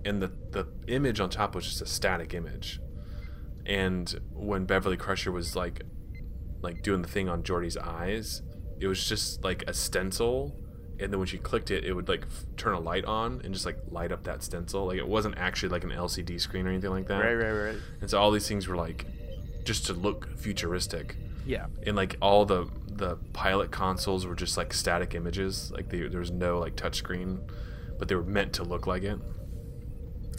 Speaker 5: and the the image on top was just a static image. And when Beverly Crusher was like, like doing the thing on Jordy's eyes, it was just like a stencil, and then when she clicked it, it would like f- turn a light on and just like light up that stencil. Like it wasn't actually like an LCD screen or anything like that.
Speaker 4: Right, right, right.
Speaker 5: And so all these things were like just to look futuristic.
Speaker 4: Yeah.
Speaker 5: And like all the the pilot consoles were just like static images. Like they, there was no like touchscreen, but they were meant to look like it.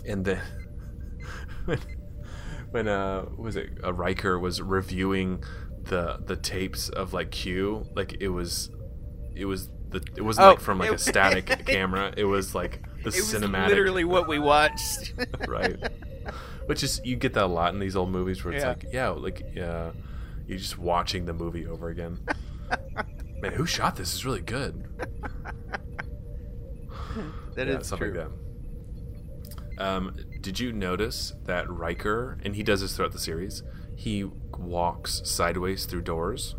Speaker 5: And then when, when uh what was it uh, Riker was reviewing the the tapes of like Q, like it was it was the it wasn't
Speaker 4: Oh,
Speaker 5: like from like a
Speaker 4: it-
Speaker 5: static camera. It was like the
Speaker 4: It was
Speaker 5: cinematic
Speaker 4: literally what we watched.
Speaker 5: right? Which is you get that a lot in these old movies where it's
Speaker 4: Yeah.
Speaker 5: like, yeah, like uh, you're just watching the movie over again. Man, who shot this? Is really good.
Speaker 4: That is
Speaker 5: yeah, something
Speaker 4: true.
Speaker 5: like that. Um, did you notice that Riker, and he does this throughout the series, he walks sideways through doors,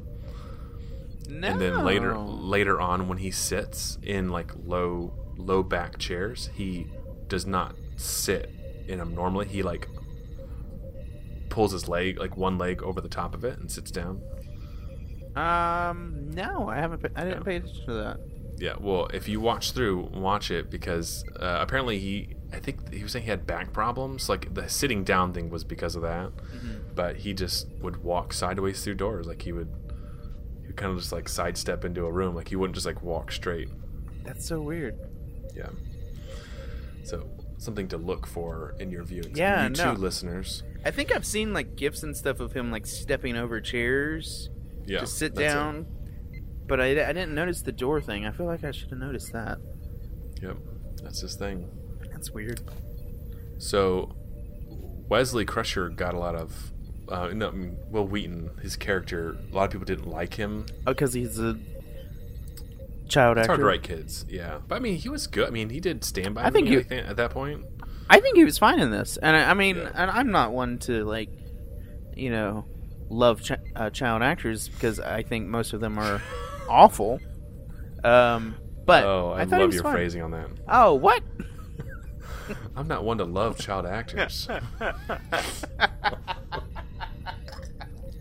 Speaker 4: No.
Speaker 5: and then later, later on, when he sits in like low, low back chairs, he does not sit in them normally. He like pulls his leg, like one leg over the top of it, and sits down.
Speaker 4: Um, no, I haven't. Pa- I didn't
Speaker 5: Yeah.
Speaker 4: pay attention to that.
Speaker 5: Yeah, well, if you watch through, watch it because uh, apparently he, I think he was saying he had back problems. Like the sitting down thing was because of that, but he just would walk sideways through doors. Like he would, he would kind of just like sidestep into a room. Like he wouldn't just like walk straight.
Speaker 4: That's so weird.
Speaker 5: Yeah. So something to look for in your viewing.
Speaker 4: Yeah,
Speaker 5: you
Speaker 4: no.
Speaker 5: two listeners.
Speaker 4: I think I've seen like gifs and stuff of him like stepping over chairs
Speaker 5: Yeah,
Speaker 4: to sit
Speaker 5: that's it.
Speaker 4: down, but I, I didn't notice the door thing. I feel like I should have noticed that.
Speaker 5: Yep, that's his thing.
Speaker 4: That's weird.
Speaker 5: So Wesley Crusher got a lot of. Uh, no, I mean, Will Wheaton, his character, a lot of people didn't like him.
Speaker 4: Oh, because he's a child
Speaker 5: It's
Speaker 4: actor.
Speaker 5: hard to write kids, yeah. But I mean, he was good. I mean, he did stand by.
Speaker 4: I think
Speaker 5: me,
Speaker 4: he-
Speaker 5: I think, at that point.
Speaker 4: I think he was fine in this, and I, I mean,
Speaker 5: Yeah.
Speaker 4: and I'm not one to like, you know, love ch- uh, child actors because I think most of them are awful. Um, but
Speaker 5: oh, I,
Speaker 4: I, thought he
Speaker 5: love
Speaker 4: was
Speaker 5: your
Speaker 4: fine.
Speaker 5: phrasing on that.
Speaker 4: Oh, what?
Speaker 5: I'm not one to love child actors.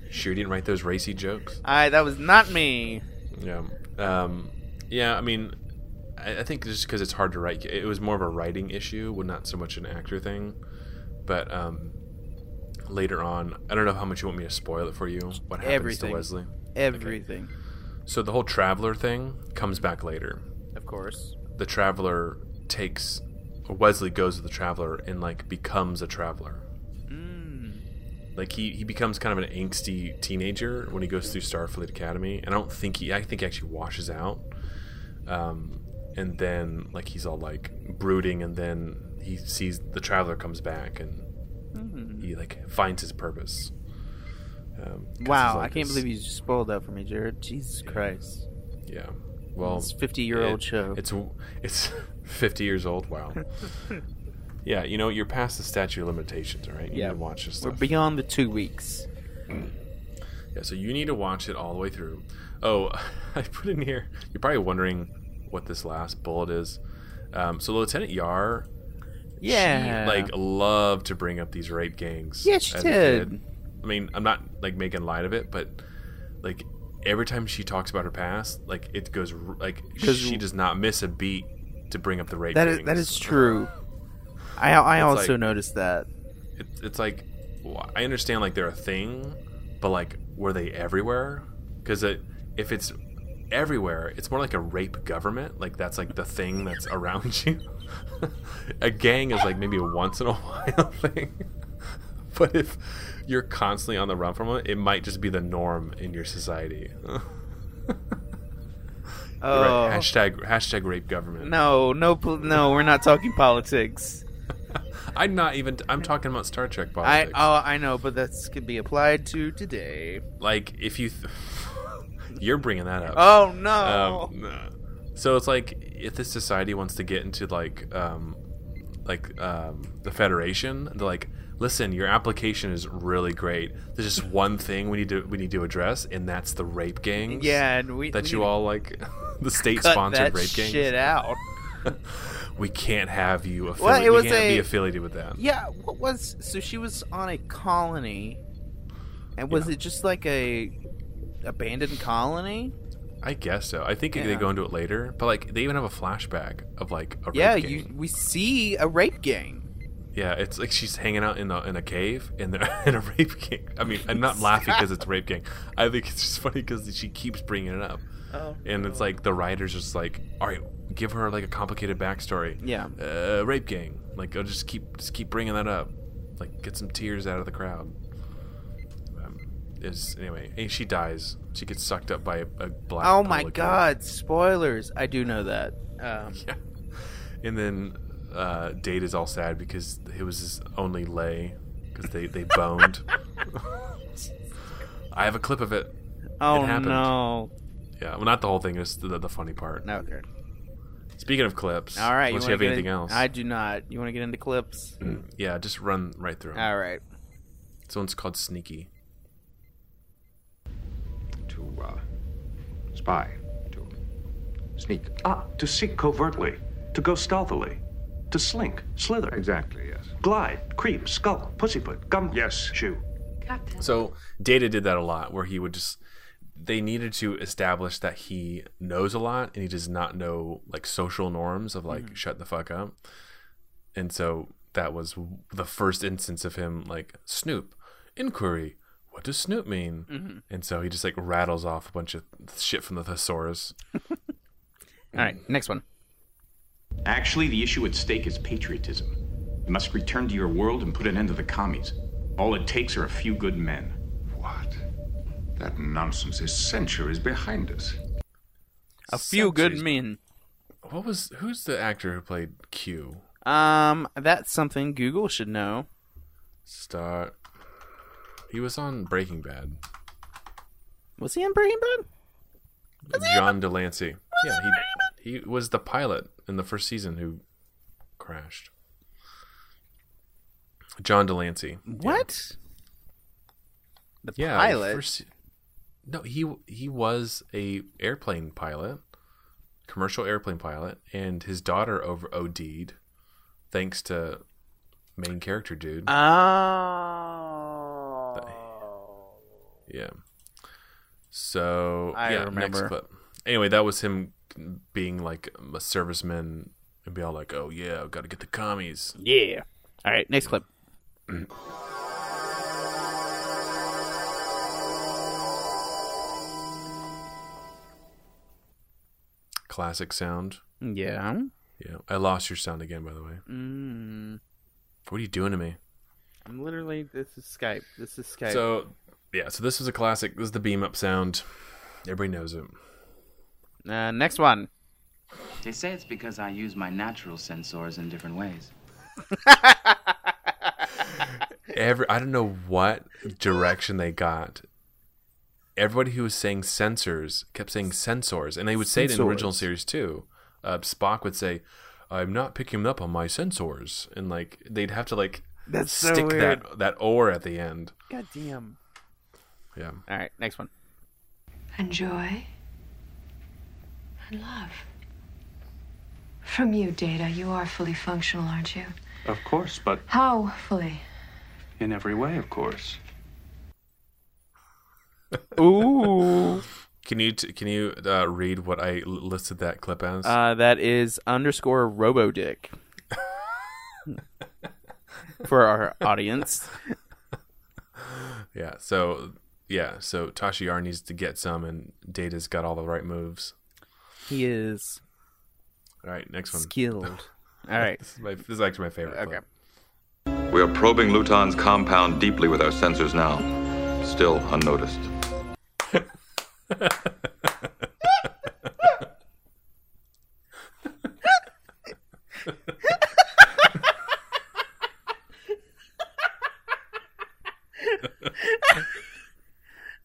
Speaker 5: sure, you didn't write those racy jokes.
Speaker 4: I that was not me.
Speaker 5: Yeah. Um, yeah, I mean, I, I think just because it's hard to write, it was more of a writing issue, well, not so much an actor thing. But um, later on, I don't know how much you want me to spoil it for you. What happens
Speaker 4: Everything.
Speaker 5: to Wesley?
Speaker 4: Everything,
Speaker 5: So the whole traveler thing comes back later.
Speaker 4: of course.
Speaker 5: The traveler takes Wesley goes to the traveler and like becomes a traveler.
Speaker 4: Hmm.
Speaker 5: Like he, he becomes kind of an angsty teenager when he goes through Starfleet Academy, and I don't think he I think he actually washes out. Um, and then like he's all like brooding, and then he sees the traveler comes back, and
Speaker 4: Hmm.
Speaker 5: he like finds his purpose. Um, 'cause he's
Speaker 4: Wow,
Speaker 5: like
Speaker 4: I can't
Speaker 5: this-
Speaker 4: believe you just spoiled that for me, Jared. Jesus Christ!
Speaker 5: Yeah, well,
Speaker 4: It's a fifty-year-old
Speaker 5: It-
Speaker 4: show.
Speaker 5: It's it's 50 years old. Wow. yeah, you know you're past the statute of limitations, all right? You
Speaker 4: Yeah.
Speaker 5: need to watch this
Speaker 4: We're
Speaker 5: stuff.
Speaker 4: beyond the two weeks.
Speaker 5: yeah, so you need to watch it all the way through. Oh, I put in here. You're probably wondering what this last bullet is. Um, so Lieutenant Yar,
Speaker 4: Yeah,
Speaker 5: she, like loved to bring up these rape gangs.
Speaker 4: Yeah, she
Speaker 5: as a
Speaker 4: did.
Speaker 5: kid. I mean, I'm not like making light of it, but like every time she talks about her past, like it goes r- like
Speaker 4: 'Cause-
Speaker 5: she does not miss a beat to bring up the rape.
Speaker 4: that is that
Speaker 5: gangs.
Speaker 4: is true. I I
Speaker 5: It's
Speaker 4: also
Speaker 5: like-
Speaker 4: noticed that.
Speaker 5: it, it's like wh- I understand like they're a thing, but like were they everywhere? Because it, if it's everywhere, it's more like a rape government. Like that's like the thing that's around you. a gang is like maybe a once in a while thing, but if you're constantly on the run from it, it might just be the norm in your society.
Speaker 4: Oh.
Speaker 5: Right, hashtag hashtag rape government.
Speaker 4: No, no, pol- no. We're not talking politics.
Speaker 5: I'm not even. I'm talking about Star Trek
Speaker 4: I
Speaker 5: politics.
Speaker 4: oh, I know, but that's could be applied to today.
Speaker 5: like if you, th- you're bringing that up.
Speaker 4: Oh no!
Speaker 5: Um, no. so it's like if this society wants to get into like um, like um, the Federation, they're like, listen, your application is really great. There's just one thing we need to we need to address, and that's the rape gangs.
Speaker 4: Yeah, and we-
Speaker 5: that
Speaker 4: we
Speaker 5: you
Speaker 4: need
Speaker 5: all like the state
Speaker 4: Cut
Speaker 5: sponsored
Speaker 4: that
Speaker 5: rape gangs.
Speaker 4: shit out.
Speaker 5: We can't have you
Speaker 4: Well,
Speaker 5: affiliated.
Speaker 4: it was
Speaker 5: you can't be
Speaker 4: a-
Speaker 5: affiliated with that.
Speaker 4: Yeah, what was so she was on a colony, and was it just like a abandoned colony?
Speaker 5: I guess so. I think they
Speaker 4: Yeah.
Speaker 5: go into it later, but like they even have a flashback of like a rape
Speaker 4: yeah,
Speaker 5: gang.
Speaker 4: you we see a rape gang.
Speaker 5: Yeah, it's like she's hanging out in a in a cave in the in a rape gang. I mean, I'm not laughing because it's rape gang. I think it's just funny because she keeps bringing it up,
Speaker 4: Oh,
Speaker 5: and it's like the writers just like, all right, give her like a complicated backstory.
Speaker 4: Yeah.
Speaker 5: uh, rape gang. Like, oh, just keep just keep bringing that up. Like, get some tears out of the crowd. Um, is anyway, and she dies. She gets sucked up by a, a black.
Speaker 4: Oh my
Speaker 5: pelican.
Speaker 4: god, spoilers! I do know that. Um,
Speaker 5: Yeah. And then uh, Date is all sad because it was his only lay because they, they boned. I have a clip of it.
Speaker 4: oh
Speaker 5: happened.
Speaker 4: no.
Speaker 5: Yeah, well, not the whole thing, just the, the funny part.
Speaker 4: No, okay.
Speaker 5: Speaking of clips,
Speaker 4: All right.
Speaker 5: unless you,
Speaker 4: wanna
Speaker 5: have
Speaker 4: get
Speaker 5: anything
Speaker 4: in-
Speaker 5: else, Mm.
Speaker 4: I do not. You want to get into clips?
Speaker 5: yeah, just run right through. 'em.
Speaker 4: All right.
Speaker 5: This one's called Sneaky.
Speaker 10: to uh, spy, to sneak.
Speaker 11: Ah, to seek covertly, to go stealthily, to slink, slither,
Speaker 10: Exactly, yes.
Speaker 11: glide, creep, skulk, pussyfoot, gum,
Speaker 10: Yes.
Speaker 11: shoe.
Speaker 5: So Data did that a lot, where he would just they needed to establish that he knows a lot and he does not know like social norms of like shut the fuck up, and so that was the first instance of him like Snoop inquiry. What does Snoop mean? And so he just like rattles off a bunch of shit from the thesaurus.
Speaker 4: All right. Next one.
Speaker 12: Actually, the issue at stake is patriotism. You must return to your world and put an end to the commies. All it takes are a few good men.
Speaker 6: What? That nonsense is centuries behind us.
Speaker 4: A few good
Speaker 5: Centuries.
Speaker 4: men.
Speaker 5: What was who's the actor who played Q?
Speaker 4: Um, that's something Google should know.
Speaker 5: Star. He was on Breaking Bad.
Speaker 4: Was he in Breaking Bad?
Speaker 5: John Delancey. Yeah, he he was the pilot in the first season who crashed. John Delancey.
Speaker 4: What? The
Speaker 5: Yeah,
Speaker 4: pilot.
Speaker 5: first- no, he he was a airplane pilot, commercial airplane pilot, and his daughter over OD'd, thanks to main character dude.
Speaker 4: Oh.
Speaker 5: Yeah. So
Speaker 4: I
Speaker 5: yeah,
Speaker 4: remember.
Speaker 5: next clip. Anyway, that was him being like a serviceman and be all like, "Oh yeah, I've got to get the commies."
Speaker 4: Yeah. All right. Next clip.
Speaker 5: Classic sound.
Speaker 4: Yeah.
Speaker 5: Yeah, I lost your sound again, by the way.
Speaker 4: Mm,
Speaker 5: What are you doing to me?
Speaker 4: I'm literally. This is Skype. This is Skype.
Speaker 5: So yeah, so this was a classic. This is the beam up sound. Everybody knows it.
Speaker 4: uh, next one.
Speaker 12: They say it's because I use my natural sensors in different ways.
Speaker 5: Every I don't know what direction they got. Everybody who was saying sensors kept saying sensors, and they would say it in the original
Speaker 4: Sensors.
Speaker 5: series too. Uh, Spock would say, "I'm not picking up on my sensors," and like they'd have to like
Speaker 4: That's so
Speaker 5: stick
Speaker 4: weird.
Speaker 5: that that or at the end.
Speaker 4: God damn.
Speaker 5: Yeah,
Speaker 4: All right. Next one.
Speaker 13: and joy and love. From you, Data, you are fully functional, aren't you?
Speaker 11: Of course, but
Speaker 13: How fully?
Speaker 11: in every way, of course.
Speaker 4: Ooh.
Speaker 5: can you t- can you uh, read what I l- listed that clip as?
Speaker 4: Uh, that is underscore robodick. For our audience.
Speaker 5: yeah, so yeah, so Tashiar needs to get some, and Data's got all the right moves.
Speaker 4: He is
Speaker 5: All right, next one.
Speaker 4: skilled. All right.
Speaker 5: This is, my, this is actually my favorite. clip.
Speaker 4: Okay.
Speaker 14: We are probing Luton's compound deeply with our sensors now. Still unnoticed.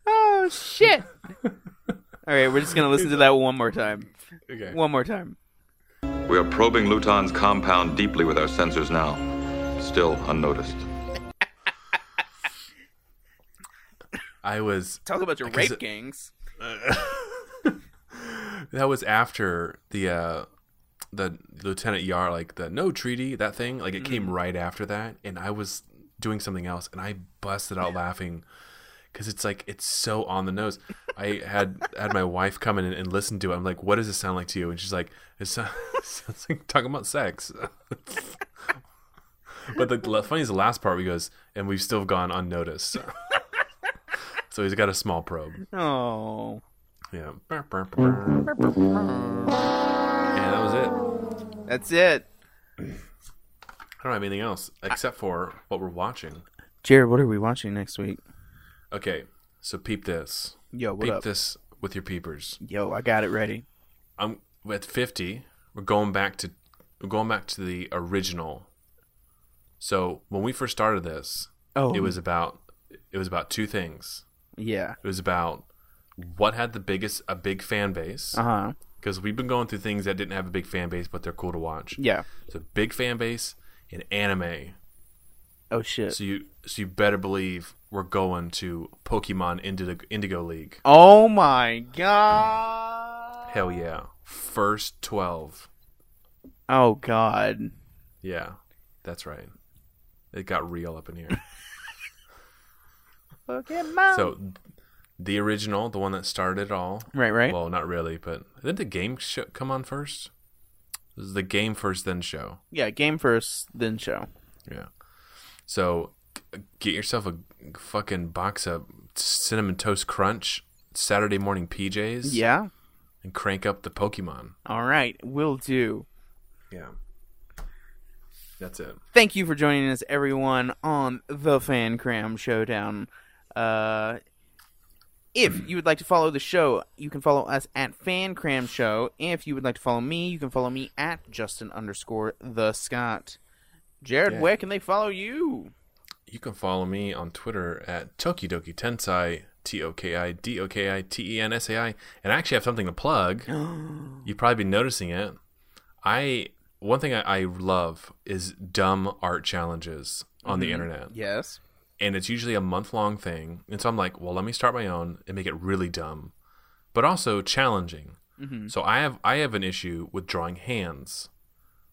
Speaker 4: Oh shit. All right, we're just gonna listen to that one more time.
Speaker 5: Okay.
Speaker 4: One more time.
Speaker 14: We are probing Luton's compound deeply with our sensors now. Still unnoticed.
Speaker 5: I was
Speaker 4: Talk about your
Speaker 5: 'cause
Speaker 4: rape
Speaker 5: it-
Speaker 4: gangs.
Speaker 5: that was after the uh the lieutenant yar like the no treaty that thing like it came right after that and i was doing something else and i busted out laughing because it's like it's so on the nose i had had my wife come in and, and listen to it i'm like what does this sound like to you and she's like it sounds, sounds like talking about sex but the la- funny is the last part where he goes and we've still gone unnoticed so he's got a small probe
Speaker 4: oh
Speaker 5: yeah and that was it
Speaker 4: That's it.
Speaker 5: I don't have anything else except for what we're watching.
Speaker 4: Jared, what are we watching next week?
Speaker 5: Okay, so peep this.
Speaker 4: Yo, what
Speaker 5: peep
Speaker 4: up?
Speaker 5: this with your peepers.
Speaker 4: Yo, I got it ready.
Speaker 5: I'm at fifty. We're going back to we're going back to the original. So when we first started this,
Speaker 4: Oh.
Speaker 5: it was about it was about two things.
Speaker 4: Yeah.
Speaker 5: It was about what had the biggest a big fan base.
Speaker 4: Uh-huh.
Speaker 5: Because we've been going through things that didn't have a big fan base, but they're cool to watch.
Speaker 4: Yeah.
Speaker 5: So big fan base in anime.
Speaker 4: Oh shit.
Speaker 5: So you so you better believe we're going to Pokemon Indigo Indigo League.
Speaker 4: Oh my god.
Speaker 5: Hell yeah. First twelve.
Speaker 4: Oh god.
Speaker 5: Yeah. That's right. It got real up in here.
Speaker 4: Pokemon.
Speaker 5: so the original, the one that started it all.
Speaker 4: Right, right.
Speaker 5: Well, not really, but didn't the game show come on first? This is the game first then show.
Speaker 4: yeah, game first, then show.
Speaker 5: Yeah. So g- get yourself a fucking box of cinnamon toast crunch Saturday morning PJs.
Speaker 4: Yeah.
Speaker 5: And crank up the Pokemon.
Speaker 4: All right, will do.
Speaker 5: Yeah. That's it.
Speaker 4: Thank you for joining us, everyone, on the Fan Cram Showdown. Uh, if you would like to follow the show, you can follow us at Fan Cram Show. If you would like to follow me, you can follow me at Justin underscore the Scott. Jared,
Speaker 5: Yeah.
Speaker 4: where can they follow you?
Speaker 5: You can follow me on Twitter at Tokidoki Tensai, T O K I D O K I T E N S A I. And I actually have something to plug. You've probably been noticing it. I one thing I, I love is dumb art challenges on the
Speaker 4: Mhm.
Speaker 5: internet.
Speaker 4: Yes.
Speaker 5: And it's usually a month long thing. And so I'm like, well, let me start my own and make it really dumb, but also challenging.
Speaker 4: Mhm.
Speaker 5: So I have I have an issue with drawing hands.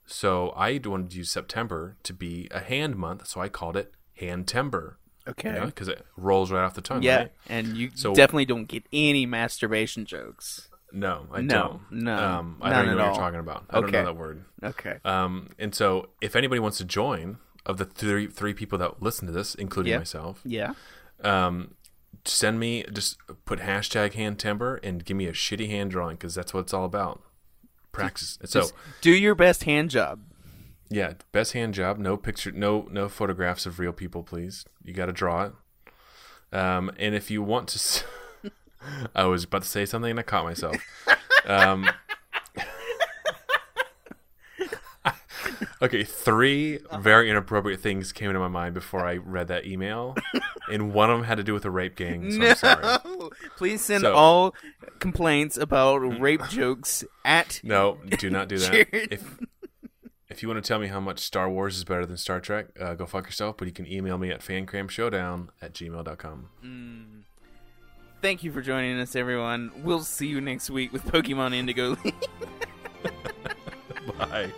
Speaker 5: So I wanted to use September to be a hand month, so I called it Hand Timber.
Speaker 4: Okay.
Speaker 5: Because it rolls right off the tongue.
Speaker 4: yeah,
Speaker 5: right?
Speaker 4: and you
Speaker 5: So-
Speaker 4: definitely don't get any masturbation jokes.
Speaker 5: No, I
Speaker 4: no,
Speaker 5: don't.
Speaker 4: No,
Speaker 5: um, I
Speaker 4: none
Speaker 5: don't even
Speaker 4: at
Speaker 5: know what
Speaker 4: all.
Speaker 5: you're talking about. I
Speaker 4: okay.
Speaker 5: don't know that word.
Speaker 4: Okay.
Speaker 5: Um, and so if anybody wants to join of the three three people that listen to this, including
Speaker 4: Yeah.
Speaker 5: myself,
Speaker 4: Yeah.
Speaker 5: um, send me just put hashtag hand timber and give me a shitty hand drawing because that's what it's all about. Practice. so
Speaker 4: Just do your best hand job.
Speaker 5: Yeah, best hand job. No picture, no no photographs of real people, please. You got to draw it. Um, and if you want to, s- I was about to say something and I caught myself. Um, okay, three very inappropriate things came into my mind before I read that email, and one of them had to do with a rape gang. So
Speaker 4: no,
Speaker 5: I'm sorry.
Speaker 4: please send
Speaker 5: So- Mm.
Speaker 4: all complaints about rape jokes at
Speaker 5: No, do not do that.
Speaker 4: Jared.
Speaker 5: if if you want to tell me how much Star Wars is better than Star Trek, uh, go fuck yourself. But you can email me at fancramshowdown at gmail.com.
Speaker 4: Mm. Thank you for joining us, everyone. We'll see you next week with Pokemon Indigo League.
Speaker 5: Bye.